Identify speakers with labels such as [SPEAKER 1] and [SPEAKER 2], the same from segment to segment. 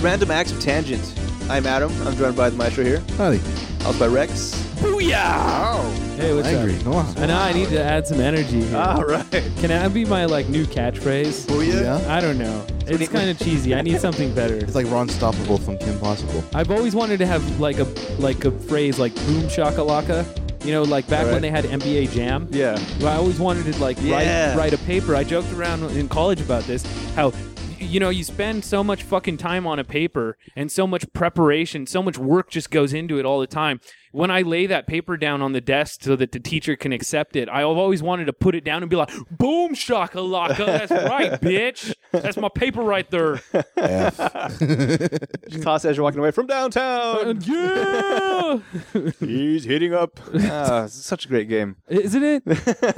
[SPEAKER 1] Random Acts of Tangent. I'm Adam. I'm joined by the maestro here.
[SPEAKER 2] Howdy.
[SPEAKER 1] Also by Rex. Oh. Booyah!
[SPEAKER 3] Hey, what's
[SPEAKER 2] Angry. Ah.
[SPEAKER 3] up?
[SPEAKER 2] Go on.
[SPEAKER 3] I know I need to add some energy here.
[SPEAKER 1] All right.
[SPEAKER 3] Can that be my like new catchphrase?
[SPEAKER 1] Booyah?
[SPEAKER 2] Yeah.
[SPEAKER 3] I don't know. It's kind of cheesy. I need something better.
[SPEAKER 2] It's like Ron Stoppable from Kim Possible.
[SPEAKER 3] I've always wanted to have like a like a phrase like boom shakalaka. You know, like back
[SPEAKER 1] All right.
[SPEAKER 3] when they had NBA Jam.
[SPEAKER 1] Yeah.
[SPEAKER 3] Well, I always wanted to like
[SPEAKER 1] Yeah.
[SPEAKER 3] write, write a paper. I joked around in college about this. How y- you know you spend so much fucking time on a paper and so much preparation, so much work just goes into it all the time. When I lay that paper down on the desk so that the teacher can accept it, I've always wanted to put it down and be like, "Boom shakalaka, that's right, bitch. That's my paper right there."
[SPEAKER 1] Just toss as you're walking away from downtown.
[SPEAKER 3] yeah,
[SPEAKER 1] He's hitting up. Ah, it's such a great game.
[SPEAKER 3] isn't it?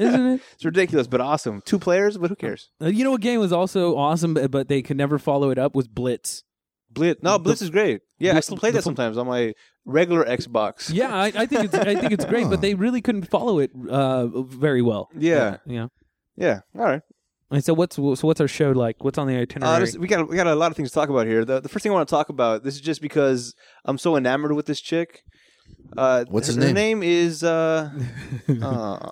[SPEAKER 3] Isn't it?
[SPEAKER 1] It's ridiculous, but awesome. Two players, but who cares?
[SPEAKER 3] Uh, You know what game was also awesome, but, but they could never follow it up was Blitz.
[SPEAKER 1] Blitz. No, Blitz is great. Yeah, I
[SPEAKER 3] Blitz-
[SPEAKER 1] still play that sometimes on my regular Xbox.
[SPEAKER 3] Yeah, I, I think it's I think it's great, but they really couldn't follow it uh, very well.
[SPEAKER 1] Yeah.
[SPEAKER 3] yeah.
[SPEAKER 1] Yeah. All right.
[SPEAKER 3] And so what's so what's our show like? What's on the itinerary?
[SPEAKER 1] Uh, just- we got we got a lot of things to talk about here. The, the first thing I want to talk about this is just because I'm so enamored with this chick. Uh,
[SPEAKER 2] What's
[SPEAKER 1] her,
[SPEAKER 2] his
[SPEAKER 1] Her
[SPEAKER 2] name?
[SPEAKER 1] name is uh, uh,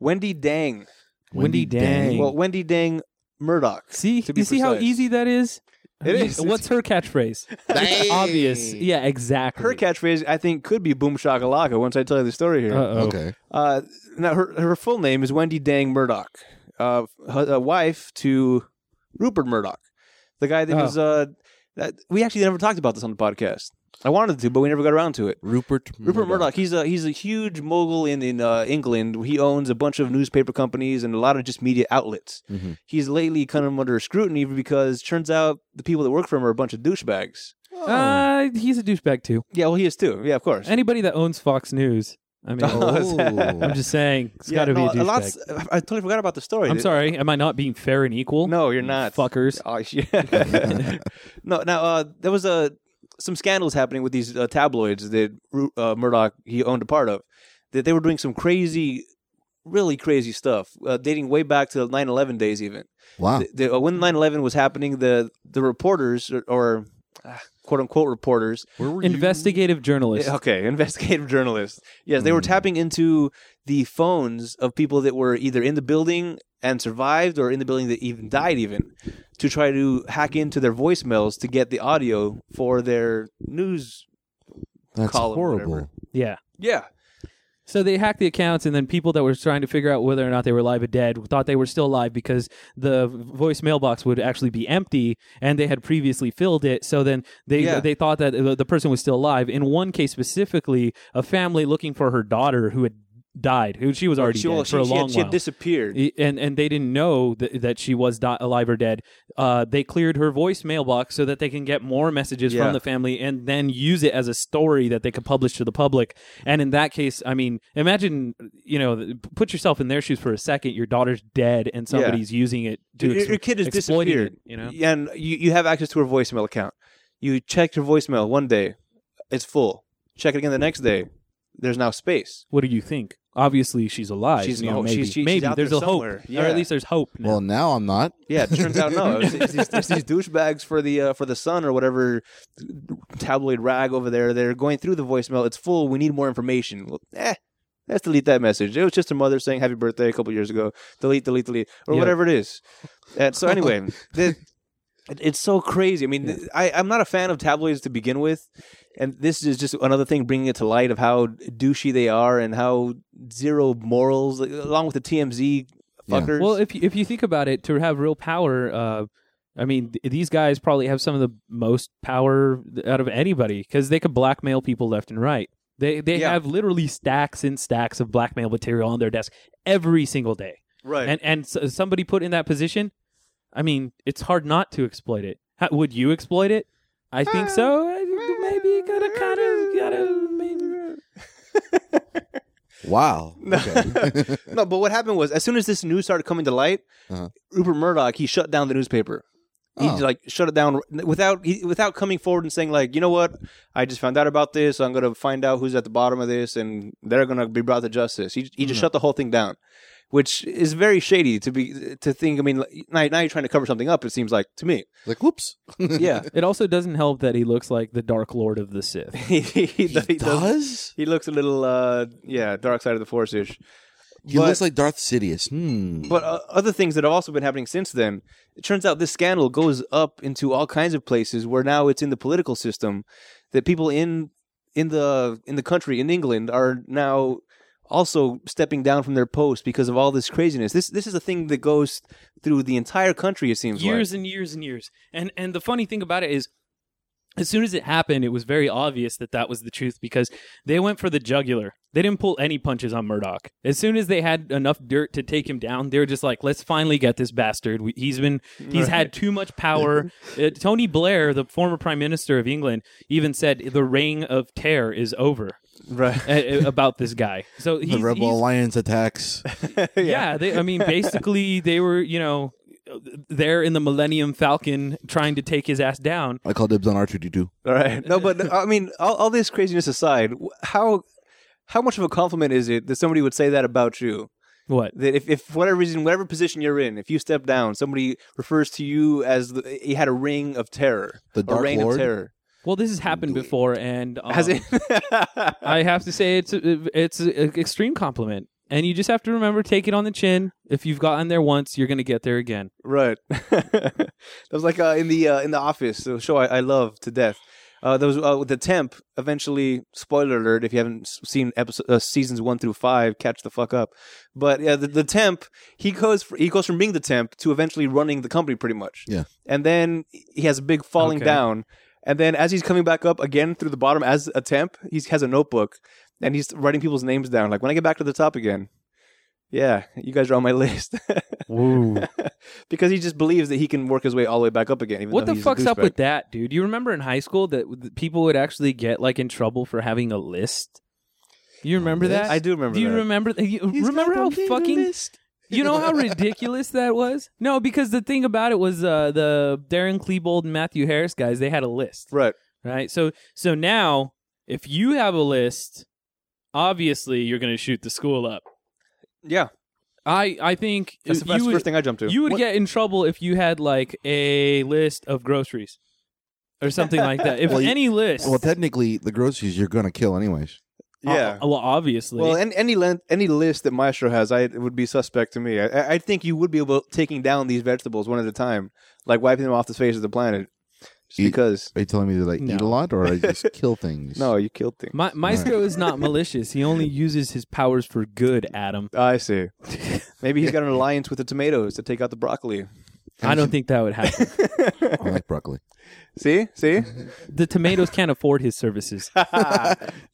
[SPEAKER 1] Wendy Dang.
[SPEAKER 3] Wendy Dang.
[SPEAKER 1] Well, Wendy Dang Murdoch.
[SPEAKER 3] see,
[SPEAKER 1] to be
[SPEAKER 3] you see how
[SPEAKER 1] precise.
[SPEAKER 3] easy that is.
[SPEAKER 1] It is.
[SPEAKER 3] What's her catchphrase?
[SPEAKER 2] Dang.
[SPEAKER 3] Obvious. Yeah, exactly.
[SPEAKER 1] Her catchphrase, I think, could be "Boom Shakalaka." Once I tell you the story here.
[SPEAKER 3] Uh-oh.
[SPEAKER 2] Okay.
[SPEAKER 1] Uh, now her her full name is Wendy Dang Murdoch, uh, her, uh, wife to Rupert Murdoch, the guy that
[SPEAKER 3] Oh.
[SPEAKER 1] was. Uh, that, we actually never talked about this on the podcast. I wanted to, but we never got around to it.
[SPEAKER 2] Rupert.
[SPEAKER 1] Rupert Murdoch, he's a he's a huge mogul in in uh, England. He owns a bunch of newspaper companies and a lot of just media outlets.
[SPEAKER 2] Mhm.
[SPEAKER 1] He's lately come under scrutiny because turns out the people that work for him are a bunch of douchebags.
[SPEAKER 2] Oh.
[SPEAKER 3] Uh, he's a douchebag too.
[SPEAKER 1] Yeah, well, he is too. Yeah, of course.
[SPEAKER 3] Anybody that owns Fox News, I mean,
[SPEAKER 2] Oh,
[SPEAKER 3] I'm just saying, it's
[SPEAKER 1] yeah,
[SPEAKER 3] got to
[SPEAKER 1] no,
[SPEAKER 3] be a douchebag.
[SPEAKER 1] lot's- I totally forgot about the story.
[SPEAKER 3] I'm sorry. Am I not being fair and equal?
[SPEAKER 1] No, you're not.
[SPEAKER 3] Fuckers.
[SPEAKER 1] Oh yeah. no, now uh, there was uh, some scandals happening with these uh, tabloids that Ru- uh, Murdoch he owned a part of. That they were doing some crazy, really crazy stuff, uh, dating way back to the 9/11 days. Even
[SPEAKER 2] Wow.
[SPEAKER 1] the, the, uh, when 9/11 was happening, the the reporters or, or ah, quote unquote reporters
[SPEAKER 2] Where were
[SPEAKER 3] Investigative journalist.
[SPEAKER 1] yeah, Okay, investigative journalists. Yes, they were tapping into the phones of people that were either in the building and survived or in the building that even died even to try to hack into their voicemails to get the audio for their news.
[SPEAKER 2] That's
[SPEAKER 1] column,
[SPEAKER 2] horrible.
[SPEAKER 1] whatever.
[SPEAKER 3] yeah.
[SPEAKER 1] Yeah.
[SPEAKER 3] So they hacked the accounts, and then people that were trying to figure out whether or not they were alive or dead thought they were still alive because the voice mailbox would actually be empty, and they had previously filled it. So then they
[SPEAKER 1] Yeah.
[SPEAKER 3] they thought that the the person was still alive. In one case specifically, a family looking for her daughter who had died, who she was already
[SPEAKER 1] she,
[SPEAKER 3] dead
[SPEAKER 1] well,
[SPEAKER 3] for
[SPEAKER 1] she-
[SPEAKER 3] a
[SPEAKER 1] she had-
[SPEAKER 3] long
[SPEAKER 1] she had
[SPEAKER 3] while.
[SPEAKER 1] disappeared.
[SPEAKER 3] I- E, and and they didn't know that, that she was di- alive or dead. Uh, they cleared her voice mailbox so that they can get more messages
[SPEAKER 1] Yeah.
[SPEAKER 3] from the family and then use it as a story that they could publish to the public. And in that case, I mean, imagine you know, th- put yourself in their shoes for a second. Your daughter's dead, and somebody's using it to
[SPEAKER 1] Your,
[SPEAKER 3] ex-
[SPEAKER 1] your kid has
[SPEAKER 3] exploiting
[SPEAKER 1] disappeared.
[SPEAKER 3] It, you know,
[SPEAKER 1] And you, you have access to her voicemail account. You check your voicemail one day, it's full. Check it again the next day. There's now space.
[SPEAKER 3] what do you think? Obviously, she's alive.
[SPEAKER 1] She's
[SPEAKER 3] you
[SPEAKER 1] no-
[SPEAKER 3] know, maybe
[SPEAKER 1] she's- she's
[SPEAKER 3] maybe
[SPEAKER 1] out
[SPEAKER 3] there's
[SPEAKER 1] there
[SPEAKER 3] a
[SPEAKER 1] somewhere.
[SPEAKER 3] hope, or
[SPEAKER 1] Yeah.
[SPEAKER 3] at least there's hope. Now.
[SPEAKER 2] Well, now I'm not.
[SPEAKER 1] Yeah, it turns out no. It's, it's, these- it's these douchebags for the uh, for the Sun or whatever tabloid rag over there. They're going through the voicemail. It's full. We need more information. Well, eh, let's delete that message. It was just a mother saying happy birthday a couple years ago. Delete, delete, delete, or
[SPEAKER 3] Yeah.
[SPEAKER 1] whatever it is. And so anyway, the, it- it's so crazy. I mean, I, I'm not a fan of tabloids to begin with, and this is just another thing bringing it to light of how douchey they are and how zero morals, like, along with the TMZ
[SPEAKER 2] Yeah.
[SPEAKER 1] fuckers.
[SPEAKER 3] Well, if you, if you think about it, to have real power, uh, I mean, th- these guys probably have some of the most power th- out of anybody because they could blackmail people left and right. They they
[SPEAKER 1] Yeah.
[SPEAKER 3] have literally stacks and stacks of blackmail material on their desk every single day,
[SPEAKER 1] right.
[SPEAKER 3] and and s somebody put in that position. I mean, it's hard not to exploit it. How, would you exploit it? I think so. I- Maybe gotta kind of gotta. Maybe.
[SPEAKER 2] Wow. Okay.
[SPEAKER 1] No, but what happened was as soon as this news started coming to light,
[SPEAKER 2] Uh-huh.
[SPEAKER 1] Rupert Murdoch he shut down the newspaper. He
[SPEAKER 2] Oh.
[SPEAKER 1] like shut it down without he, without coming forward and saying like, you know what, I just found out about this. I'm gonna find out who's at the bottom of this, and they're gonna be brought to justice. He he just
[SPEAKER 2] Mm-hmm.
[SPEAKER 1] shut the whole thing down, which is very shady to be to think. I mean, like, now, now you're trying to cover something up. It seems like to me,
[SPEAKER 2] Like, whoops.
[SPEAKER 1] yeah.
[SPEAKER 4] It also doesn't help that he looks like the Dark Lord of the Sith.
[SPEAKER 1] he, he,
[SPEAKER 2] He does?
[SPEAKER 1] He looks a little, uh, yeah, dark side of the force ish.
[SPEAKER 2] He
[SPEAKER 1] But-
[SPEAKER 2] looks like Darth Sidious. Hmm.
[SPEAKER 1] But uh, other things that have also been happening since then, it turns out this scandal goes up into all kinds of places where now it's in the political system that people in in the in the country in England are now also stepping down from their post because of all this craziness. This this is a thing that goes through the entire country. It seems
[SPEAKER 3] years and years and years. And and the funny thing about it is as soon as it happened, it was very obvious that that was the truth because they went for the jugular. They didn't pull any punches on Murdoch. As soon as they had enough dirt to take him down, they were just like, "Let's finally get this bastard. We, he's been he's had too much power." uh, Tony Blair, the former prime minister of England, even said the reign of terror is over
[SPEAKER 1] like right.
[SPEAKER 3] uh, about this guy. So he's,
[SPEAKER 2] the Rebel
[SPEAKER 3] he's-
[SPEAKER 2] Alliance attacks.
[SPEAKER 3] yeah. they, I mean, basically, they were, you know, there in the Millennium Falcon trying to take his ass down.
[SPEAKER 2] I call dibs on R2D2.
[SPEAKER 1] All right. No, but I mean, all, all this craziness aside, w- how how much of a compliment is it that somebody would say that about you?
[SPEAKER 3] What?
[SPEAKER 1] That if, if for whatever reason, whatever position you're in, if you step down, somebody refers to you as the, he had a ring of terror,
[SPEAKER 2] The
[SPEAKER 1] a
[SPEAKER 2] Dark
[SPEAKER 1] reign
[SPEAKER 2] Lord?
[SPEAKER 1] of terror.
[SPEAKER 3] Well, this has happened before, and um,
[SPEAKER 1] Has it?
[SPEAKER 3] I have to say it's a, it's an extreme compliment. And you just have to remember, take it on the chin. If you've gotten there once, you're going to get there again.
[SPEAKER 1] right. that was like uh, in the uh, in the office, the show I, I love to death. Uh, there was uh, with the temp. Eventually, spoiler alert: if you haven't s- seen episode uh, seasons one through five, catch the fuck up. But yeah, the, the temp he goes fr he goes from being the temp to eventually running the company pretty much.
[SPEAKER 2] Yeah.
[SPEAKER 1] and then he has a big falling
[SPEAKER 3] Okay.
[SPEAKER 1] down, and then as he's coming back up again through the bottom as a temp, he has a notebook and he's writing people's names down. Like when I get back to the top again, yeah, you guys are on my list. because he just believes that he can work his way all the way back up again. Even
[SPEAKER 3] What
[SPEAKER 1] though
[SPEAKER 3] the
[SPEAKER 1] he's a
[SPEAKER 3] fuck's up
[SPEAKER 1] douchebag.
[SPEAKER 3] with that, dude? You remember in high school that w- that people would actually get like in trouble for having a list. You remember
[SPEAKER 2] list?
[SPEAKER 3] that?
[SPEAKER 1] I do remember.
[SPEAKER 3] Do you
[SPEAKER 1] that.
[SPEAKER 3] remember? you- remember how fucking You know how ridiculous that was? No, because the thing about it was uh, the Darren Klebold and Matthew Harris guys, they had a list,
[SPEAKER 1] Right.
[SPEAKER 3] right? So so now if you have a list, obviously you're going to shoot the school up.
[SPEAKER 1] Yeah.
[SPEAKER 3] I I think
[SPEAKER 1] That's the
[SPEAKER 3] you
[SPEAKER 1] that's the
[SPEAKER 3] would,
[SPEAKER 1] first thing I jumped to.
[SPEAKER 3] you would
[SPEAKER 1] What-
[SPEAKER 3] get in trouble if you had like a list of groceries or something like that. If
[SPEAKER 2] Well, you-
[SPEAKER 3] any list
[SPEAKER 2] Well, technically, the groceries you're going to kill anyways.
[SPEAKER 1] Yeah.
[SPEAKER 3] Uh, well, obviously.
[SPEAKER 1] well, any any, len- any list that Maestro has, I it would be suspect to me. I- I, I think you would be able taking down these vegetables one at a time, like wiping them off the face of the planet, just
[SPEAKER 2] Eat-
[SPEAKER 1] because.
[SPEAKER 2] Are you telling me to like
[SPEAKER 3] No.
[SPEAKER 2] eat a lot or I just kill things?
[SPEAKER 1] No, you killed things.
[SPEAKER 3] Ma- Maestro is not malicious. He only uses his powers for good, Adam.
[SPEAKER 1] Ah, I see. Maybe he's got an alliance with the tomatoes to take out the broccoli.
[SPEAKER 3] I don't think that would happen.
[SPEAKER 2] I like broccoli.
[SPEAKER 1] See, see.
[SPEAKER 3] the tomatoes can't afford his services.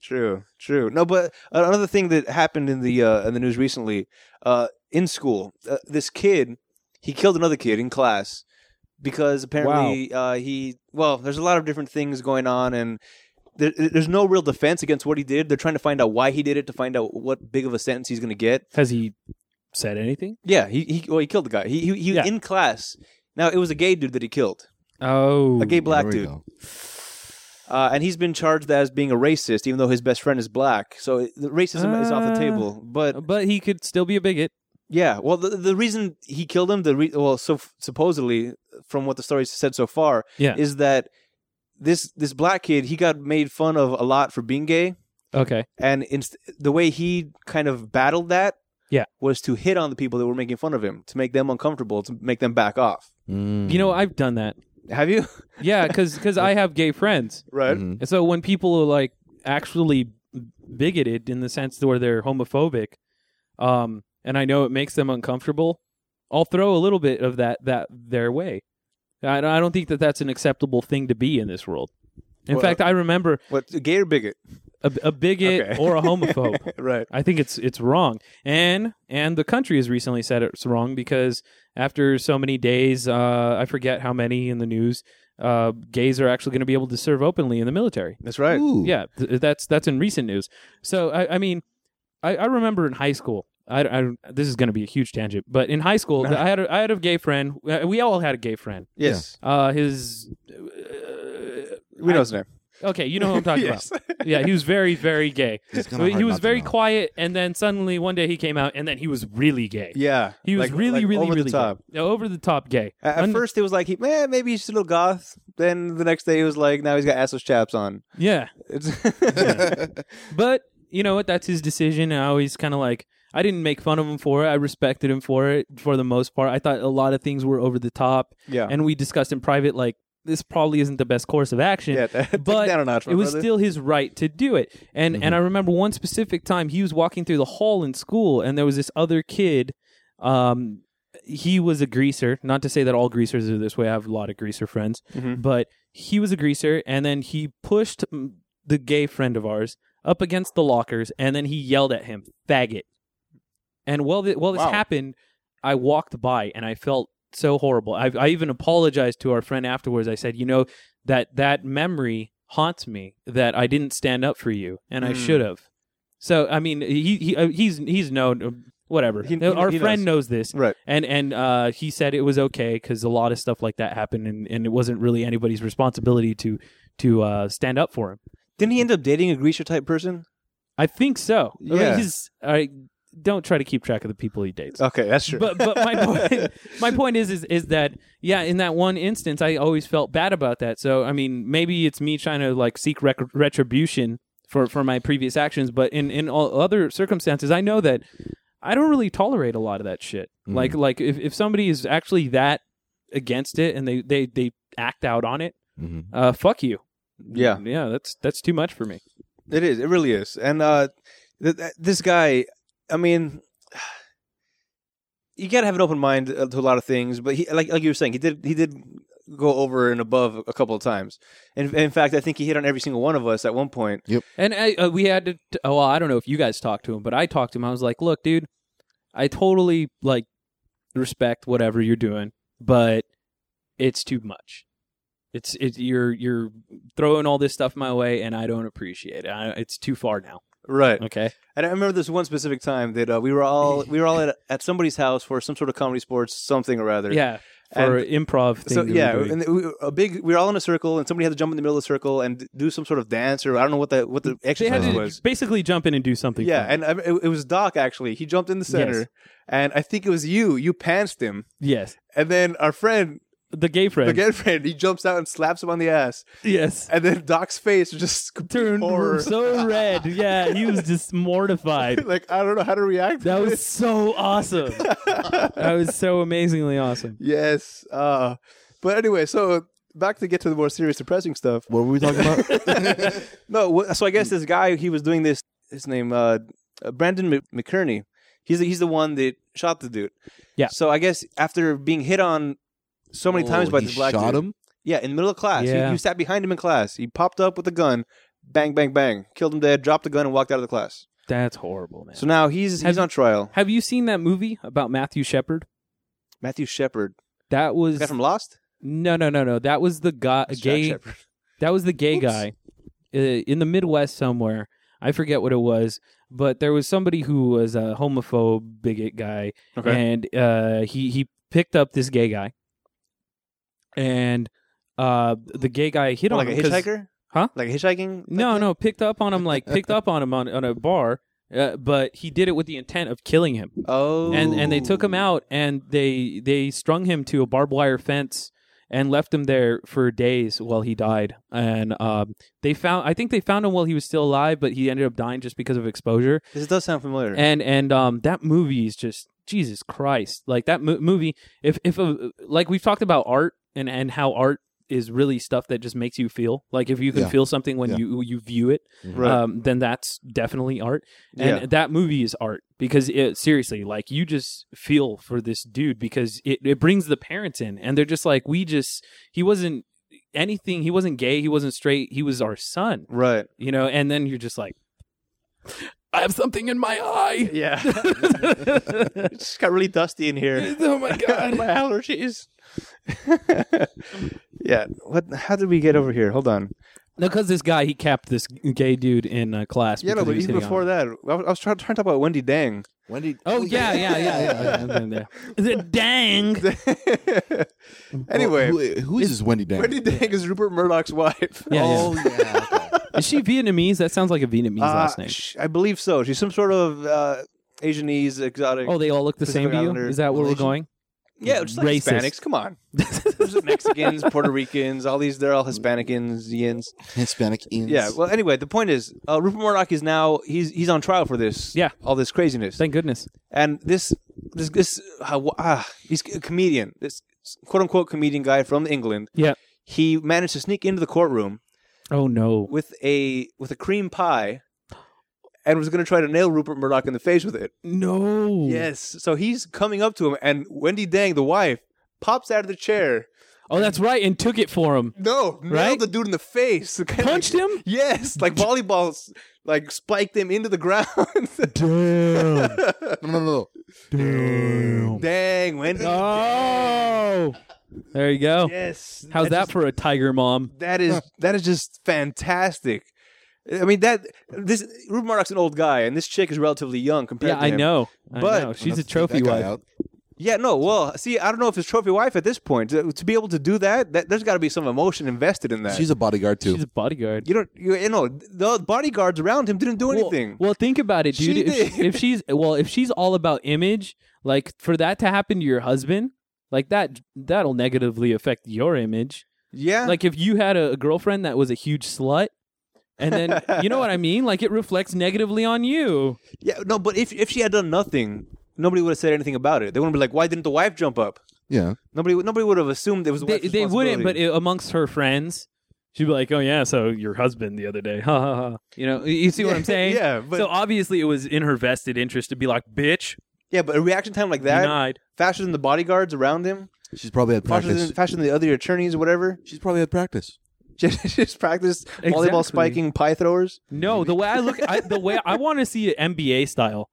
[SPEAKER 1] true, true. No, but another thing that happened in the uh, in the news recently, uh, in school, uh, this kid he killed another kid in class because apparently uh, he well, there's a lot of different things going on and. There, there's no real defense against what he did. They're trying to find out why he did it, to find out what big of a sentence he's going to get.
[SPEAKER 3] Has he said anything?
[SPEAKER 1] Yeah, he, he well, he killed the guy. He, he, he
[SPEAKER 3] Yeah.
[SPEAKER 1] in class. Now it was a gay dude that he killed,
[SPEAKER 3] Oh,
[SPEAKER 1] a gay black
[SPEAKER 2] There we
[SPEAKER 1] dude.
[SPEAKER 2] go.
[SPEAKER 1] Uh, and he's been charged as being a racist, even though his best friend is black. So the racism is off
[SPEAKER 3] Uh,
[SPEAKER 1] the table. But
[SPEAKER 3] but he could still be a bigot.
[SPEAKER 1] yeah, well, the, the reason he killed him, the re- well, so supposedly from what the story said so far,
[SPEAKER 3] Yeah.
[SPEAKER 1] is that this this black kid he got made fun of a lot for being gay,
[SPEAKER 3] Okay,
[SPEAKER 1] and inst- the way he kind of battled that,
[SPEAKER 3] Yeah.
[SPEAKER 1] was to hit on the people that were making fun of him to make them uncomfortable, to make them back off.
[SPEAKER 2] Mm.
[SPEAKER 3] you know I've done that.
[SPEAKER 1] Have you?
[SPEAKER 3] Yeah, because I have gay friends,
[SPEAKER 1] right.
[SPEAKER 2] Mhm.
[SPEAKER 3] and so when people are like actually bigoted in the sense where they're homophobic, um, and I know it makes them uncomfortable, I'll throw a little bit of that that their way. I, I don't think that that's an acceptable thing to be in this world. In
[SPEAKER 1] Well-
[SPEAKER 3] fact, I remember
[SPEAKER 1] What gay or bigot?
[SPEAKER 3] a, a bigot
[SPEAKER 1] Okay.
[SPEAKER 3] or a homophobe.
[SPEAKER 1] Right.
[SPEAKER 3] I think it's it's wrong, and and the country has recently said it's wrong because after so many days, uh, I forget how many in the news, uh, gays are actually going to be able to serve openly in the military.
[SPEAKER 1] That's right.
[SPEAKER 2] Ooh.
[SPEAKER 3] Yeah, th- that's that's in recent news. So I, I mean, I, I remember in high school, I, I this is going to be a huge tangent, but in high school, I had a, I had a gay friend. Uh, We all had a gay friend.
[SPEAKER 1] Yes,
[SPEAKER 3] Uh, his uh,
[SPEAKER 1] we know his name.
[SPEAKER 3] okay, you know who I'm talking
[SPEAKER 1] yes.
[SPEAKER 3] about. Yeah, he was very very gay.
[SPEAKER 2] It's kinda
[SPEAKER 3] So he
[SPEAKER 2] hard
[SPEAKER 3] was
[SPEAKER 2] not to
[SPEAKER 3] very
[SPEAKER 2] know.
[SPEAKER 3] quiet, and then suddenly one day he came out, and then he was really gay.
[SPEAKER 1] Yeah,
[SPEAKER 3] He was
[SPEAKER 1] Like-
[SPEAKER 3] really,
[SPEAKER 1] like
[SPEAKER 3] really,
[SPEAKER 1] over
[SPEAKER 3] really
[SPEAKER 1] the top.
[SPEAKER 3] gay. Yeah, over the top gay.
[SPEAKER 1] At, at
[SPEAKER 3] Un-
[SPEAKER 1] first, it was like he, eh, maybe he's a little goth. Then the next day, he was like, now he's got assless chaps on.
[SPEAKER 3] yeah,
[SPEAKER 1] It's
[SPEAKER 3] but you know what? That's his decision. I always kind of like I didn't make fun of him for it. I respected him for it for the most part. I thought a lot of things were over the top,
[SPEAKER 1] yeah,
[SPEAKER 3] and we discussed in private like this probably isn't the best course of action.
[SPEAKER 1] yeah. that- take
[SPEAKER 3] but
[SPEAKER 1] down a notch, my
[SPEAKER 3] it was
[SPEAKER 1] brother. Mm-hmm.
[SPEAKER 3] still his right to do it. And and I remember one specific time he was walking through the hall in school, and there was this other kid. Um, he was a greaser. Not to say that all greasers are this way. I have a lot of greaser friends,
[SPEAKER 1] Mhm.
[SPEAKER 3] but he was a greaser, and then he pushed mm, the gay friend of ours up against the lockers, and then he yelled at him, "Faggot!" And while th- while this
[SPEAKER 1] Wow.
[SPEAKER 3] happened, I walked by and I felt so horrible. I I even apologized to our friend afterwards. I said, "You know that that memory haunts me that I didn't stand up for you and I
[SPEAKER 1] Mm.
[SPEAKER 3] should have." So I mean, he, he uh, he's he's known uh, whatever.
[SPEAKER 1] He- he-
[SPEAKER 3] our
[SPEAKER 1] he
[SPEAKER 3] friend knows this.
[SPEAKER 1] right.
[SPEAKER 3] And and uh, he said it was okay because a lot of stuff like that happened, and, and it wasn't really anybody's responsibility to to uh, stand up for him.
[SPEAKER 1] Didn't he end up dating a greaser type person?
[SPEAKER 3] I think so. I mean,
[SPEAKER 1] Yeah.
[SPEAKER 3] he's I don't try to keep track of the people he dates.
[SPEAKER 1] Okay, that's true.
[SPEAKER 3] But but my point, my point is is is that yeah, in that one instance, I always felt bad about that. So I mean, maybe it's me trying to like seek rec- retribution for for my previous actions, but in in all other circumstances, I know that I don't really tolerate a lot of that shit.
[SPEAKER 1] Mm.
[SPEAKER 2] Mhm.
[SPEAKER 3] Like like if if somebody is actually that against it and they they they act out on it,
[SPEAKER 2] Mhm.
[SPEAKER 3] uh, fuck you.
[SPEAKER 1] yeah,
[SPEAKER 3] Yeah, that's that's too much for me.
[SPEAKER 1] it is. It really is. And uh, th- th- this guy, I mean, you gotta have an open mind uh, to a lot of things. But he, like like you were saying, he did he did go over and above a couple of times. And in fact, I think he hit on every single one of us at one point.
[SPEAKER 3] And I, uh, we had to. T- oh, well, I don't know if you guys talked to him, but I talked to him. I was like, "Look, dude, I totally like respect whatever you're doing, but it's too much. It's it, you're you're throwing all this stuff my way, and I don't appreciate it. I, it's too far now.
[SPEAKER 1] Right.
[SPEAKER 3] Okay.
[SPEAKER 1] And I remember this one specific time that uh, we were all we were all at, at somebody's house for some sort of comedy sports something or other.
[SPEAKER 3] Yeah. For
[SPEAKER 1] And-
[SPEAKER 3] improv thing.
[SPEAKER 1] So
[SPEAKER 3] that we're
[SPEAKER 1] yeah,
[SPEAKER 3] doing.
[SPEAKER 1] and we, a big we were all in a circle, and somebody had to jump in the middle of the circle and d- do some sort of dance or I don't know what the what the
[SPEAKER 3] they had
[SPEAKER 1] exercise
[SPEAKER 3] to
[SPEAKER 1] was.
[SPEAKER 3] basically jump in and do something.
[SPEAKER 1] Yeah,
[SPEAKER 3] fun.
[SPEAKER 1] and I, it, it was Doc actually. He jumped in the center,
[SPEAKER 3] Yes.
[SPEAKER 1] and I think it was you. You pantsed him,
[SPEAKER 3] yes.
[SPEAKER 1] and then our friend,
[SPEAKER 3] The gay friend.
[SPEAKER 1] the gay friend, he jumps out and slaps him on the ass,
[SPEAKER 3] yes.
[SPEAKER 1] and then Doc's face was just complete
[SPEAKER 3] Turned
[SPEAKER 1] horror.
[SPEAKER 3] so red. Yeah, he was just mortified.
[SPEAKER 1] like I don't know how to react.
[SPEAKER 3] That
[SPEAKER 1] to
[SPEAKER 3] was
[SPEAKER 1] this.
[SPEAKER 3] so awesome. that was so amazingly awesome.
[SPEAKER 1] yes. Uh, but anyway, so back to get to the more serious, depressing stuff.
[SPEAKER 2] What were we talking about?
[SPEAKER 1] No, wh- so I guess this guy he was doing this. His name uh, uh, Brandon Mc- McKerney. He's the, he's the one that shot the dude.
[SPEAKER 3] Yeah.
[SPEAKER 1] So I guess after being hit on so many times
[SPEAKER 2] Oh,
[SPEAKER 1] by
[SPEAKER 2] he
[SPEAKER 1] this black
[SPEAKER 2] shot
[SPEAKER 1] dude,
[SPEAKER 2] him.
[SPEAKER 1] yeah, in the middle of class, He-
[SPEAKER 3] Yeah.
[SPEAKER 1] you sat behind him in class. He popped up with a gun, bang, bang, bang, killed him dead, dropped the gun, and walked out of the class.
[SPEAKER 3] That's horrible, man.
[SPEAKER 1] So now he's
[SPEAKER 3] Have
[SPEAKER 1] he's
[SPEAKER 3] you-
[SPEAKER 1] on trial.
[SPEAKER 3] Have you seen that movie about Matthew Shepard?
[SPEAKER 1] Matthew Shepard,
[SPEAKER 3] That
[SPEAKER 1] the
[SPEAKER 3] was
[SPEAKER 1] guy from Lost,
[SPEAKER 3] no, no, no, no. That was the guy,
[SPEAKER 1] It's Jack
[SPEAKER 3] gay.
[SPEAKER 1] Shepard.
[SPEAKER 3] That was the gay
[SPEAKER 1] Oops.
[SPEAKER 3] guy uh, in the Midwest somewhere. I forget what it was, but there was somebody who was a homophobe bigot guy,
[SPEAKER 1] Okay.
[SPEAKER 3] and uh, he he picked up this gay guy, and uh, the gay guy hit
[SPEAKER 1] Well,
[SPEAKER 3] on
[SPEAKER 1] Oh, like a
[SPEAKER 3] him 'cause-
[SPEAKER 1] hitchhiker,
[SPEAKER 3] Huh?
[SPEAKER 1] Like a hitchhiking?
[SPEAKER 3] No,
[SPEAKER 1] Like-
[SPEAKER 3] no, picked up on him like picked up on him on, on a bar, uh, but he did it with the intent of killing him.
[SPEAKER 1] Oh,
[SPEAKER 3] And and they took him out and they they strung him to a barbed wire fence and left him there for days while he died. And um, they found I think they found him while he was still alive, but he ended up dying just because of exposure.
[SPEAKER 1] This does sound familiar.
[SPEAKER 3] And and um, that movie is just Jesus Christ! Like that mo- movie, if if a, like we've talked about art and and how art is really stuff that just makes you feel. Like if you can
[SPEAKER 2] Yeah.
[SPEAKER 3] feel something when
[SPEAKER 2] Yeah.
[SPEAKER 3] you you view it,
[SPEAKER 1] right.
[SPEAKER 3] um, then that's definitely art. And
[SPEAKER 1] Yeah.
[SPEAKER 3] that movie is art because it seriously, like you just feel for this dude because it, it brings the parents in and they're just like, we just, he wasn't anything. He wasn't gay. He wasn't straight. He was our son,
[SPEAKER 1] right.
[SPEAKER 3] you know? And then you're just like, I have something in my eye.
[SPEAKER 1] Yeah. it just got really dusty in here.
[SPEAKER 3] oh my God.
[SPEAKER 1] my allergies. yeah. What? How did we get over here? Hold on.
[SPEAKER 3] No, because this guy he capped this gay dude in uh, class.
[SPEAKER 1] Yeah, no,
[SPEAKER 3] because
[SPEAKER 1] but
[SPEAKER 3] he was
[SPEAKER 1] even
[SPEAKER 3] hitting on
[SPEAKER 1] before
[SPEAKER 3] him.
[SPEAKER 1] that, I was, I was trying, trying to talk about Wendy Dang.
[SPEAKER 2] Wendy.
[SPEAKER 3] Oh yeah, yeah, yeah, yeah. yeah. the dang.
[SPEAKER 1] anyway,
[SPEAKER 2] who, who is this Wendy Dan?
[SPEAKER 1] Wendy Dang is Rupert Murdoch's wife.
[SPEAKER 3] Yeah,
[SPEAKER 2] oh yeah. okay.
[SPEAKER 3] Is she Vietnamese? That sounds like a Vietnamese
[SPEAKER 1] Uh,
[SPEAKER 3] last name.
[SPEAKER 1] sh- I believe so. She's some sort of uh, Asianese exotic.
[SPEAKER 3] Oh, they all look the
[SPEAKER 1] Pacific
[SPEAKER 3] same to you.
[SPEAKER 1] Islander
[SPEAKER 3] Is that where we're
[SPEAKER 2] relation.
[SPEAKER 3] going?
[SPEAKER 1] yeah, just like
[SPEAKER 3] racist.
[SPEAKER 1] Hispanics. Come on, There's Mexicans, Puerto Ricans, all these. They're all Hispanicans, Yins.
[SPEAKER 2] Hispanic. Ians.
[SPEAKER 1] Yeah. Well, anyway, the point is, uh, Rupert Murdoch is now he's he's on trial for this.
[SPEAKER 3] Yeah.
[SPEAKER 1] All this craziness.
[SPEAKER 3] Thank goodness.
[SPEAKER 1] and this this this uh, wh- ah, he's a comedian. This quote unquote comedian guy from England.
[SPEAKER 3] Yeah.
[SPEAKER 1] He managed to sneak into the courtroom
[SPEAKER 3] Oh no.
[SPEAKER 1] with a with a cream pie, and was going to try to nail Rupert Murdoch in the face with it.
[SPEAKER 3] No.
[SPEAKER 1] Yes. So he's coming up to him, and Wendy Dang, the wife, pops out of the chair.
[SPEAKER 3] Oh, that's right, and took it for him.
[SPEAKER 1] No,
[SPEAKER 3] Right?
[SPEAKER 1] nailed the dude in the face. Kinda
[SPEAKER 3] Punched
[SPEAKER 1] like-
[SPEAKER 3] him?
[SPEAKER 1] Yes, like volleyballs, like spiked him into the ground.
[SPEAKER 3] Damn.
[SPEAKER 2] No, no, no.
[SPEAKER 3] Damn. Uh,
[SPEAKER 1] Dang, Wendy.
[SPEAKER 3] Oh. There you go.
[SPEAKER 1] Yes.
[SPEAKER 3] How's that
[SPEAKER 1] just-
[SPEAKER 3] for a tiger mom?
[SPEAKER 1] that is that is just fantastic. I mean that this Rupert Murdoch's an old guy, and this chick is relatively young compared
[SPEAKER 3] Yeah,
[SPEAKER 1] to
[SPEAKER 3] I
[SPEAKER 1] him.
[SPEAKER 3] know.
[SPEAKER 1] But-
[SPEAKER 3] I know. she's a
[SPEAKER 2] Take that
[SPEAKER 3] trophy
[SPEAKER 2] guy
[SPEAKER 3] wife.
[SPEAKER 2] out.
[SPEAKER 1] Yeah, no. Well, see, I don't know if his trophy wife at this point Uh, to, to be able to do that. that there's got to be some emotion invested in that.
[SPEAKER 2] She's a bodyguard too.
[SPEAKER 3] She's a bodyguard.
[SPEAKER 1] you don't. You, you know, the bodyguards around him didn't do
[SPEAKER 3] Well-
[SPEAKER 1] anything.
[SPEAKER 3] Well, think about it,
[SPEAKER 1] She
[SPEAKER 3] dude. If,
[SPEAKER 1] did.
[SPEAKER 3] if she's well, if she's all about image, like for that to happen to your husband, like that that'll negatively affect your image.
[SPEAKER 1] yeah.
[SPEAKER 3] Like if you had a, a girlfriend that was a huge slut, and then you know what I mean. Like it reflects negatively on you.
[SPEAKER 1] yeah. No, but if if she had done nothing, nobody would have said anything about it. They wouldn't be like, why didn't the wife jump up?
[SPEAKER 2] yeah.
[SPEAKER 1] Nobody. would- Nobody would have assumed it was. The
[SPEAKER 3] They,
[SPEAKER 1] wife's
[SPEAKER 3] they wouldn't, but
[SPEAKER 1] responsibility.
[SPEAKER 3] it, amongst her friends. She'd be like, "Oh yeah, so your husband the other day, ha ha ha." You know, you see what I'm saying?
[SPEAKER 1] Yeah, but
[SPEAKER 3] so obviously, it was in her vested interest to be like, "Bitch,
[SPEAKER 1] yeah, but a reaction time like that,
[SPEAKER 3] denied."
[SPEAKER 1] faster than the bodyguards around him.
[SPEAKER 2] She's probably had
[SPEAKER 1] faster
[SPEAKER 2] practice.
[SPEAKER 1] than, faster than the other attorneys or whatever.
[SPEAKER 2] She's probably had practice.
[SPEAKER 1] Just, just practice
[SPEAKER 3] Exactly.
[SPEAKER 1] volleyball spiking pie throwers.
[SPEAKER 3] No, the way I look, I, the way I want to see it NBA style.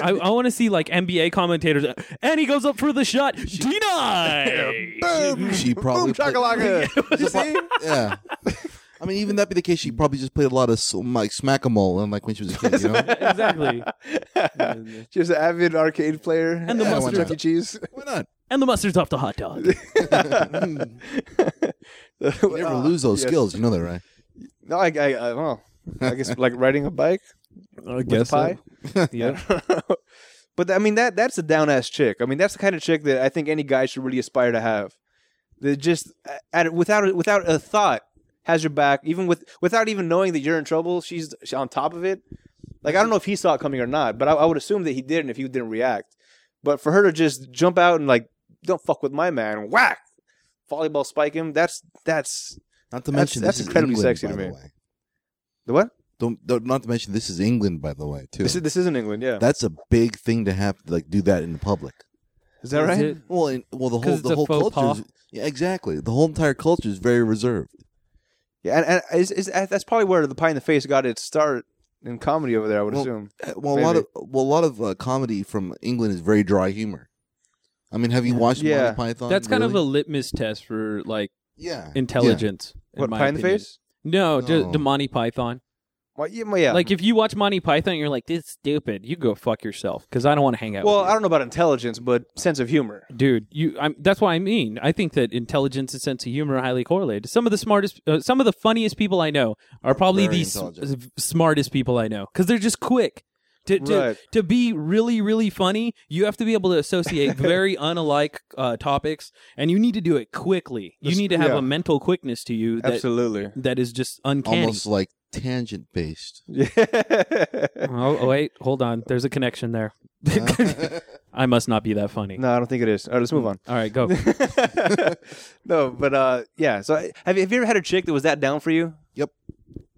[SPEAKER 3] I, I want to see like NBA commentators, and he goes up for the shot, denied.
[SPEAKER 1] Boom!
[SPEAKER 2] She probably
[SPEAKER 1] Boom! Chakalaka! you see?
[SPEAKER 2] Yeah. I mean, even that be the case, she probably just played a lot of s- like smack a mole and like when she was a kid, you know.
[SPEAKER 3] exactly.
[SPEAKER 1] She was an avid arcade player.
[SPEAKER 3] And the
[SPEAKER 1] at
[SPEAKER 2] mustard.
[SPEAKER 1] Chuck E. Cheese.
[SPEAKER 2] Why not?
[SPEAKER 3] And the mustard's off the hot dog.
[SPEAKER 2] You never lose those
[SPEAKER 1] Ah, yes.
[SPEAKER 2] skills, you know that, right?
[SPEAKER 1] No, I, I, I, well, I guess like riding a bike
[SPEAKER 3] I
[SPEAKER 1] with a pie.
[SPEAKER 3] Yeah.
[SPEAKER 1] but I mean that that's a down ass chick. I mean that's the kind of chick that I think any guy should really aspire to have. That just at without without a thought has your back, even with without even knowing that you're in trouble. She's she's on top of it. Like I don't know if he saw it coming or not, but I, I would assume that he did, and if he didn't react, but for her to just jump out and like don't fuck with my man, whack, volleyball spike him. That's that's
[SPEAKER 2] Not to
[SPEAKER 1] That's-
[SPEAKER 2] mention
[SPEAKER 1] that's
[SPEAKER 2] this is
[SPEAKER 1] incredibly
[SPEAKER 2] England,
[SPEAKER 1] sexy to
[SPEAKER 2] by the
[SPEAKER 1] me.
[SPEAKER 2] way.
[SPEAKER 1] the what?
[SPEAKER 2] Don't, don't not to mention this is England, by the way, too.
[SPEAKER 1] This is this isn't England, yeah.
[SPEAKER 2] that's a big thing to have to like do that in public.
[SPEAKER 1] Is that right?
[SPEAKER 2] Well, and, well, the
[SPEAKER 3] 'Cause
[SPEAKER 2] whole
[SPEAKER 3] it's
[SPEAKER 2] the
[SPEAKER 3] a
[SPEAKER 2] whole
[SPEAKER 3] faux
[SPEAKER 2] culture, is, yeah, exactly. The whole entire culture is very reserved.
[SPEAKER 1] Yeah, and, and is, is, that's probably where the pie in the face got its start in comedy over there. I would
[SPEAKER 2] Well,
[SPEAKER 1] assume.
[SPEAKER 2] Uh, Well, a lot of
[SPEAKER 1] Maybe.
[SPEAKER 2] well, a lot of uh, comedy from England is very dry humor. I mean, have you watched
[SPEAKER 1] Yeah.
[SPEAKER 2] Monty Python?
[SPEAKER 3] That's kind of
[SPEAKER 2] really?
[SPEAKER 3] a litmus test for like
[SPEAKER 2] yeah Oh.
[SPEAKER 3] intelligence. in
[SPEAKER 1] What
[SPEAKER 3] my
[SPEAKER 1] pie in the
[SPEAKER 3] opinion.
[SPEAKER 1] face?
[SPEAKER 3] No, just
[SPEAKER 2] No.
[SPEAKER 3] the Monty Python.
[SPEAKER 1] Well, yeah, well, yeah.
[SPEAKER 3] Like if you watch Monty Python, you're like, "This is stupid. You go fuck yourself," because I don't want to hang out.
[SPEAKER 1] well,
[SPEAKER 3] with you.
[SPEAKER 1] I don't know about intelligence, but sense of humor.
[SPEAKER 3] dude you I'm, that's what i mean i think that intelligence and sense of humor are highly correlated some of the smartest uh, some of the funniest people i know are probably
[SPEAKER 2] Very
[SPEAKER 3] the s-
[SPEAKER 2] intelligent.
[SPEAKER 3] s- smartest people i know because they're just quick to, to,
[SPEAKER 1] Right.
[SPEAKER 3] to be really really funny you have to be able to associate very unalike uh, topics and you need to do it quickly you
[SPEAKER 1] This-
[SPEAKER 3] need to have
[SPEAKER 1] yeah.
[SPEAKER 3] a mental quickness to you that,
[SPEAKER 1] Absolutely.
[SPEAKER 3] that is just uncanny
[SPEAKER 2] almost like tangent based.
[SPEAKER 1] Yeah.
[SPEAKER 3] oh, oh, wait hold on there's a connection there i must not be that funny
[SPEAKER 1] no, I don't think it is. All right, let's move on.
[SPEAKER 3] all right go
[SPEAKER 1] no, but uh, yeah. So I- have you, have you ever had a chick that was that down for you?
[SPEAKER 2] Yep.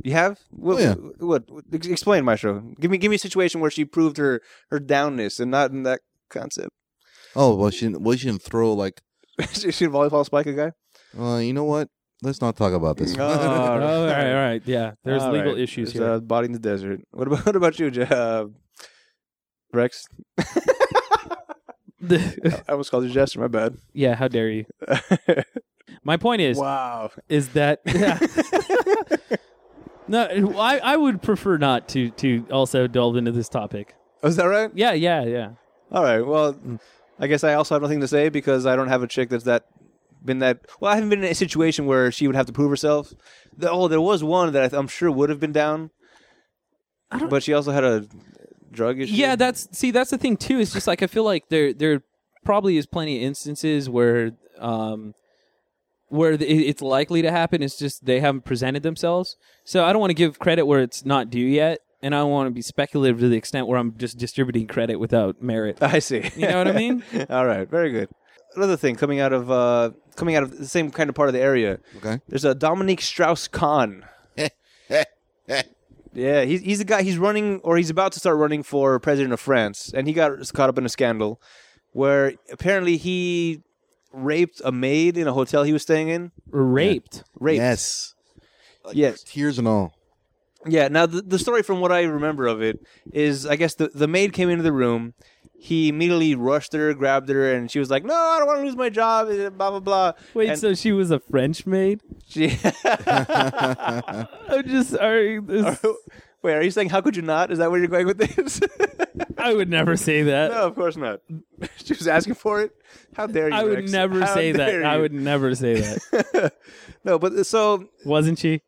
[SPEAKER 1] You have? What,
[SPEAKER 2] Oh, yeah.
[SPEAKER 1] What? what- ex- Explain, Maestro. Give me give me a situation where she proved her her downness and not in that concept.
[SPEAKER 2] Oh well, she didn't, well she didn't throw like.
[SPEAKER 1] she, she volleyball spike a guy.
[SPEAKER 2] Uh, you know what? Let's not talk about this.
[SPEAKER 3] Uh,
[SPEAKER 1] Oh.
[SPEAKER 3] all right all right yeah there's
[SPEAKER 1] All
[SPEAKER 3] legal
[SPEAKER 1] right.
[SPEAKER 3] issues
[SPEAKER 1] There's
[SPEAKER 3] here
[SPEAKER 1] a body in the desert. What about what about you, Je- uh, Rex? I almost called you Jester. My bad.
[SPEAKER 3] Yeah, how dare you? My point is
[SPEAKER 1] wow.
[SPEAKER 3] is that No, I, I would prefer not to to also delve into this topic.
[SPEAKER 1] Oh, is that right?
[SPEAKER 3] Yeah, yeah, yeah.
[SPEAKER 1] All right. Well, I guess I also have nothing to say because I don't have a chick that's that been that. Well, I haven't been in a situation where she would have to prove herself. The- oh, there was one that I th- I'm sure would have been down,
[SPEAKER 3] I don't-
[SPEAKER 1] but she also had a drug issue.
[SPEAKER 3] Yeah, that's see, that's the thing too. It's just like I feel like there there probably is plenty of instances where um where the, it- it's likely to happen. It's just they haven't presented themselves. So I don't want to give credit where it's not due yet, and I don't want to be speculative to the extent where I'm just distributing credit without merit.
[SPEAKER 1] I see.
[SPEAKER 3] You know what I mean?
[SPEAKER 1] All right. Very good. Another thing coming out of uh, coming out of the same kind of part of the area.
[SPEAKER 2] Okay.
[SPEAKER 1] There's a Dominique Strauss Kahn. Yeah, he's he's a guy. He's running, or he's about to start running for president of France, and he got caught up in a scandal where apparently he raped a maid in a hotel he was staying in.
[SPEAKER 3] Raped.
[SPEAKER 1] Raped. Uh,
[SPEAKER 2] Yes.
[SPEAKER 1] Yes.
[SPEAKER 2] Tears and all.
[SPEAKER 1] Yeah. Now the, the story, from what I remember of it, is I guess the the maid came into the room. He immediately rushed her, grabbed her, and she was like, "No, I don't want to lose my job." eh, Blah blah blah.
[SPEAKER 3] Wait,
[SPEAKER 1] And
[SPEAKER 3] so she was a French maid?
[SPEAKER 1] she-
[SPEAKER 3] I just I, this,
[SPEAKER 1] wait, are you saying how could you not? Is that where you're going with this?
[SPEAKER 3] I would never say that.
[SPEAKER 1] no, of course not. She was asking for it. How dare you?
[SPEAKER 3] I would
[SPEAKER 1] Rex?
[SPEAKER 3] never
[SPEAKER 1] How
[SPEAKER 3] say that.
[SPEAKER 1] dare
[SPEAKER 3] I
[SPEAKER 1] you.
[SPEAKER 3] would never say that.
[SPEAKER 1] No, but so
[SPEAKER 3] Wasn't she?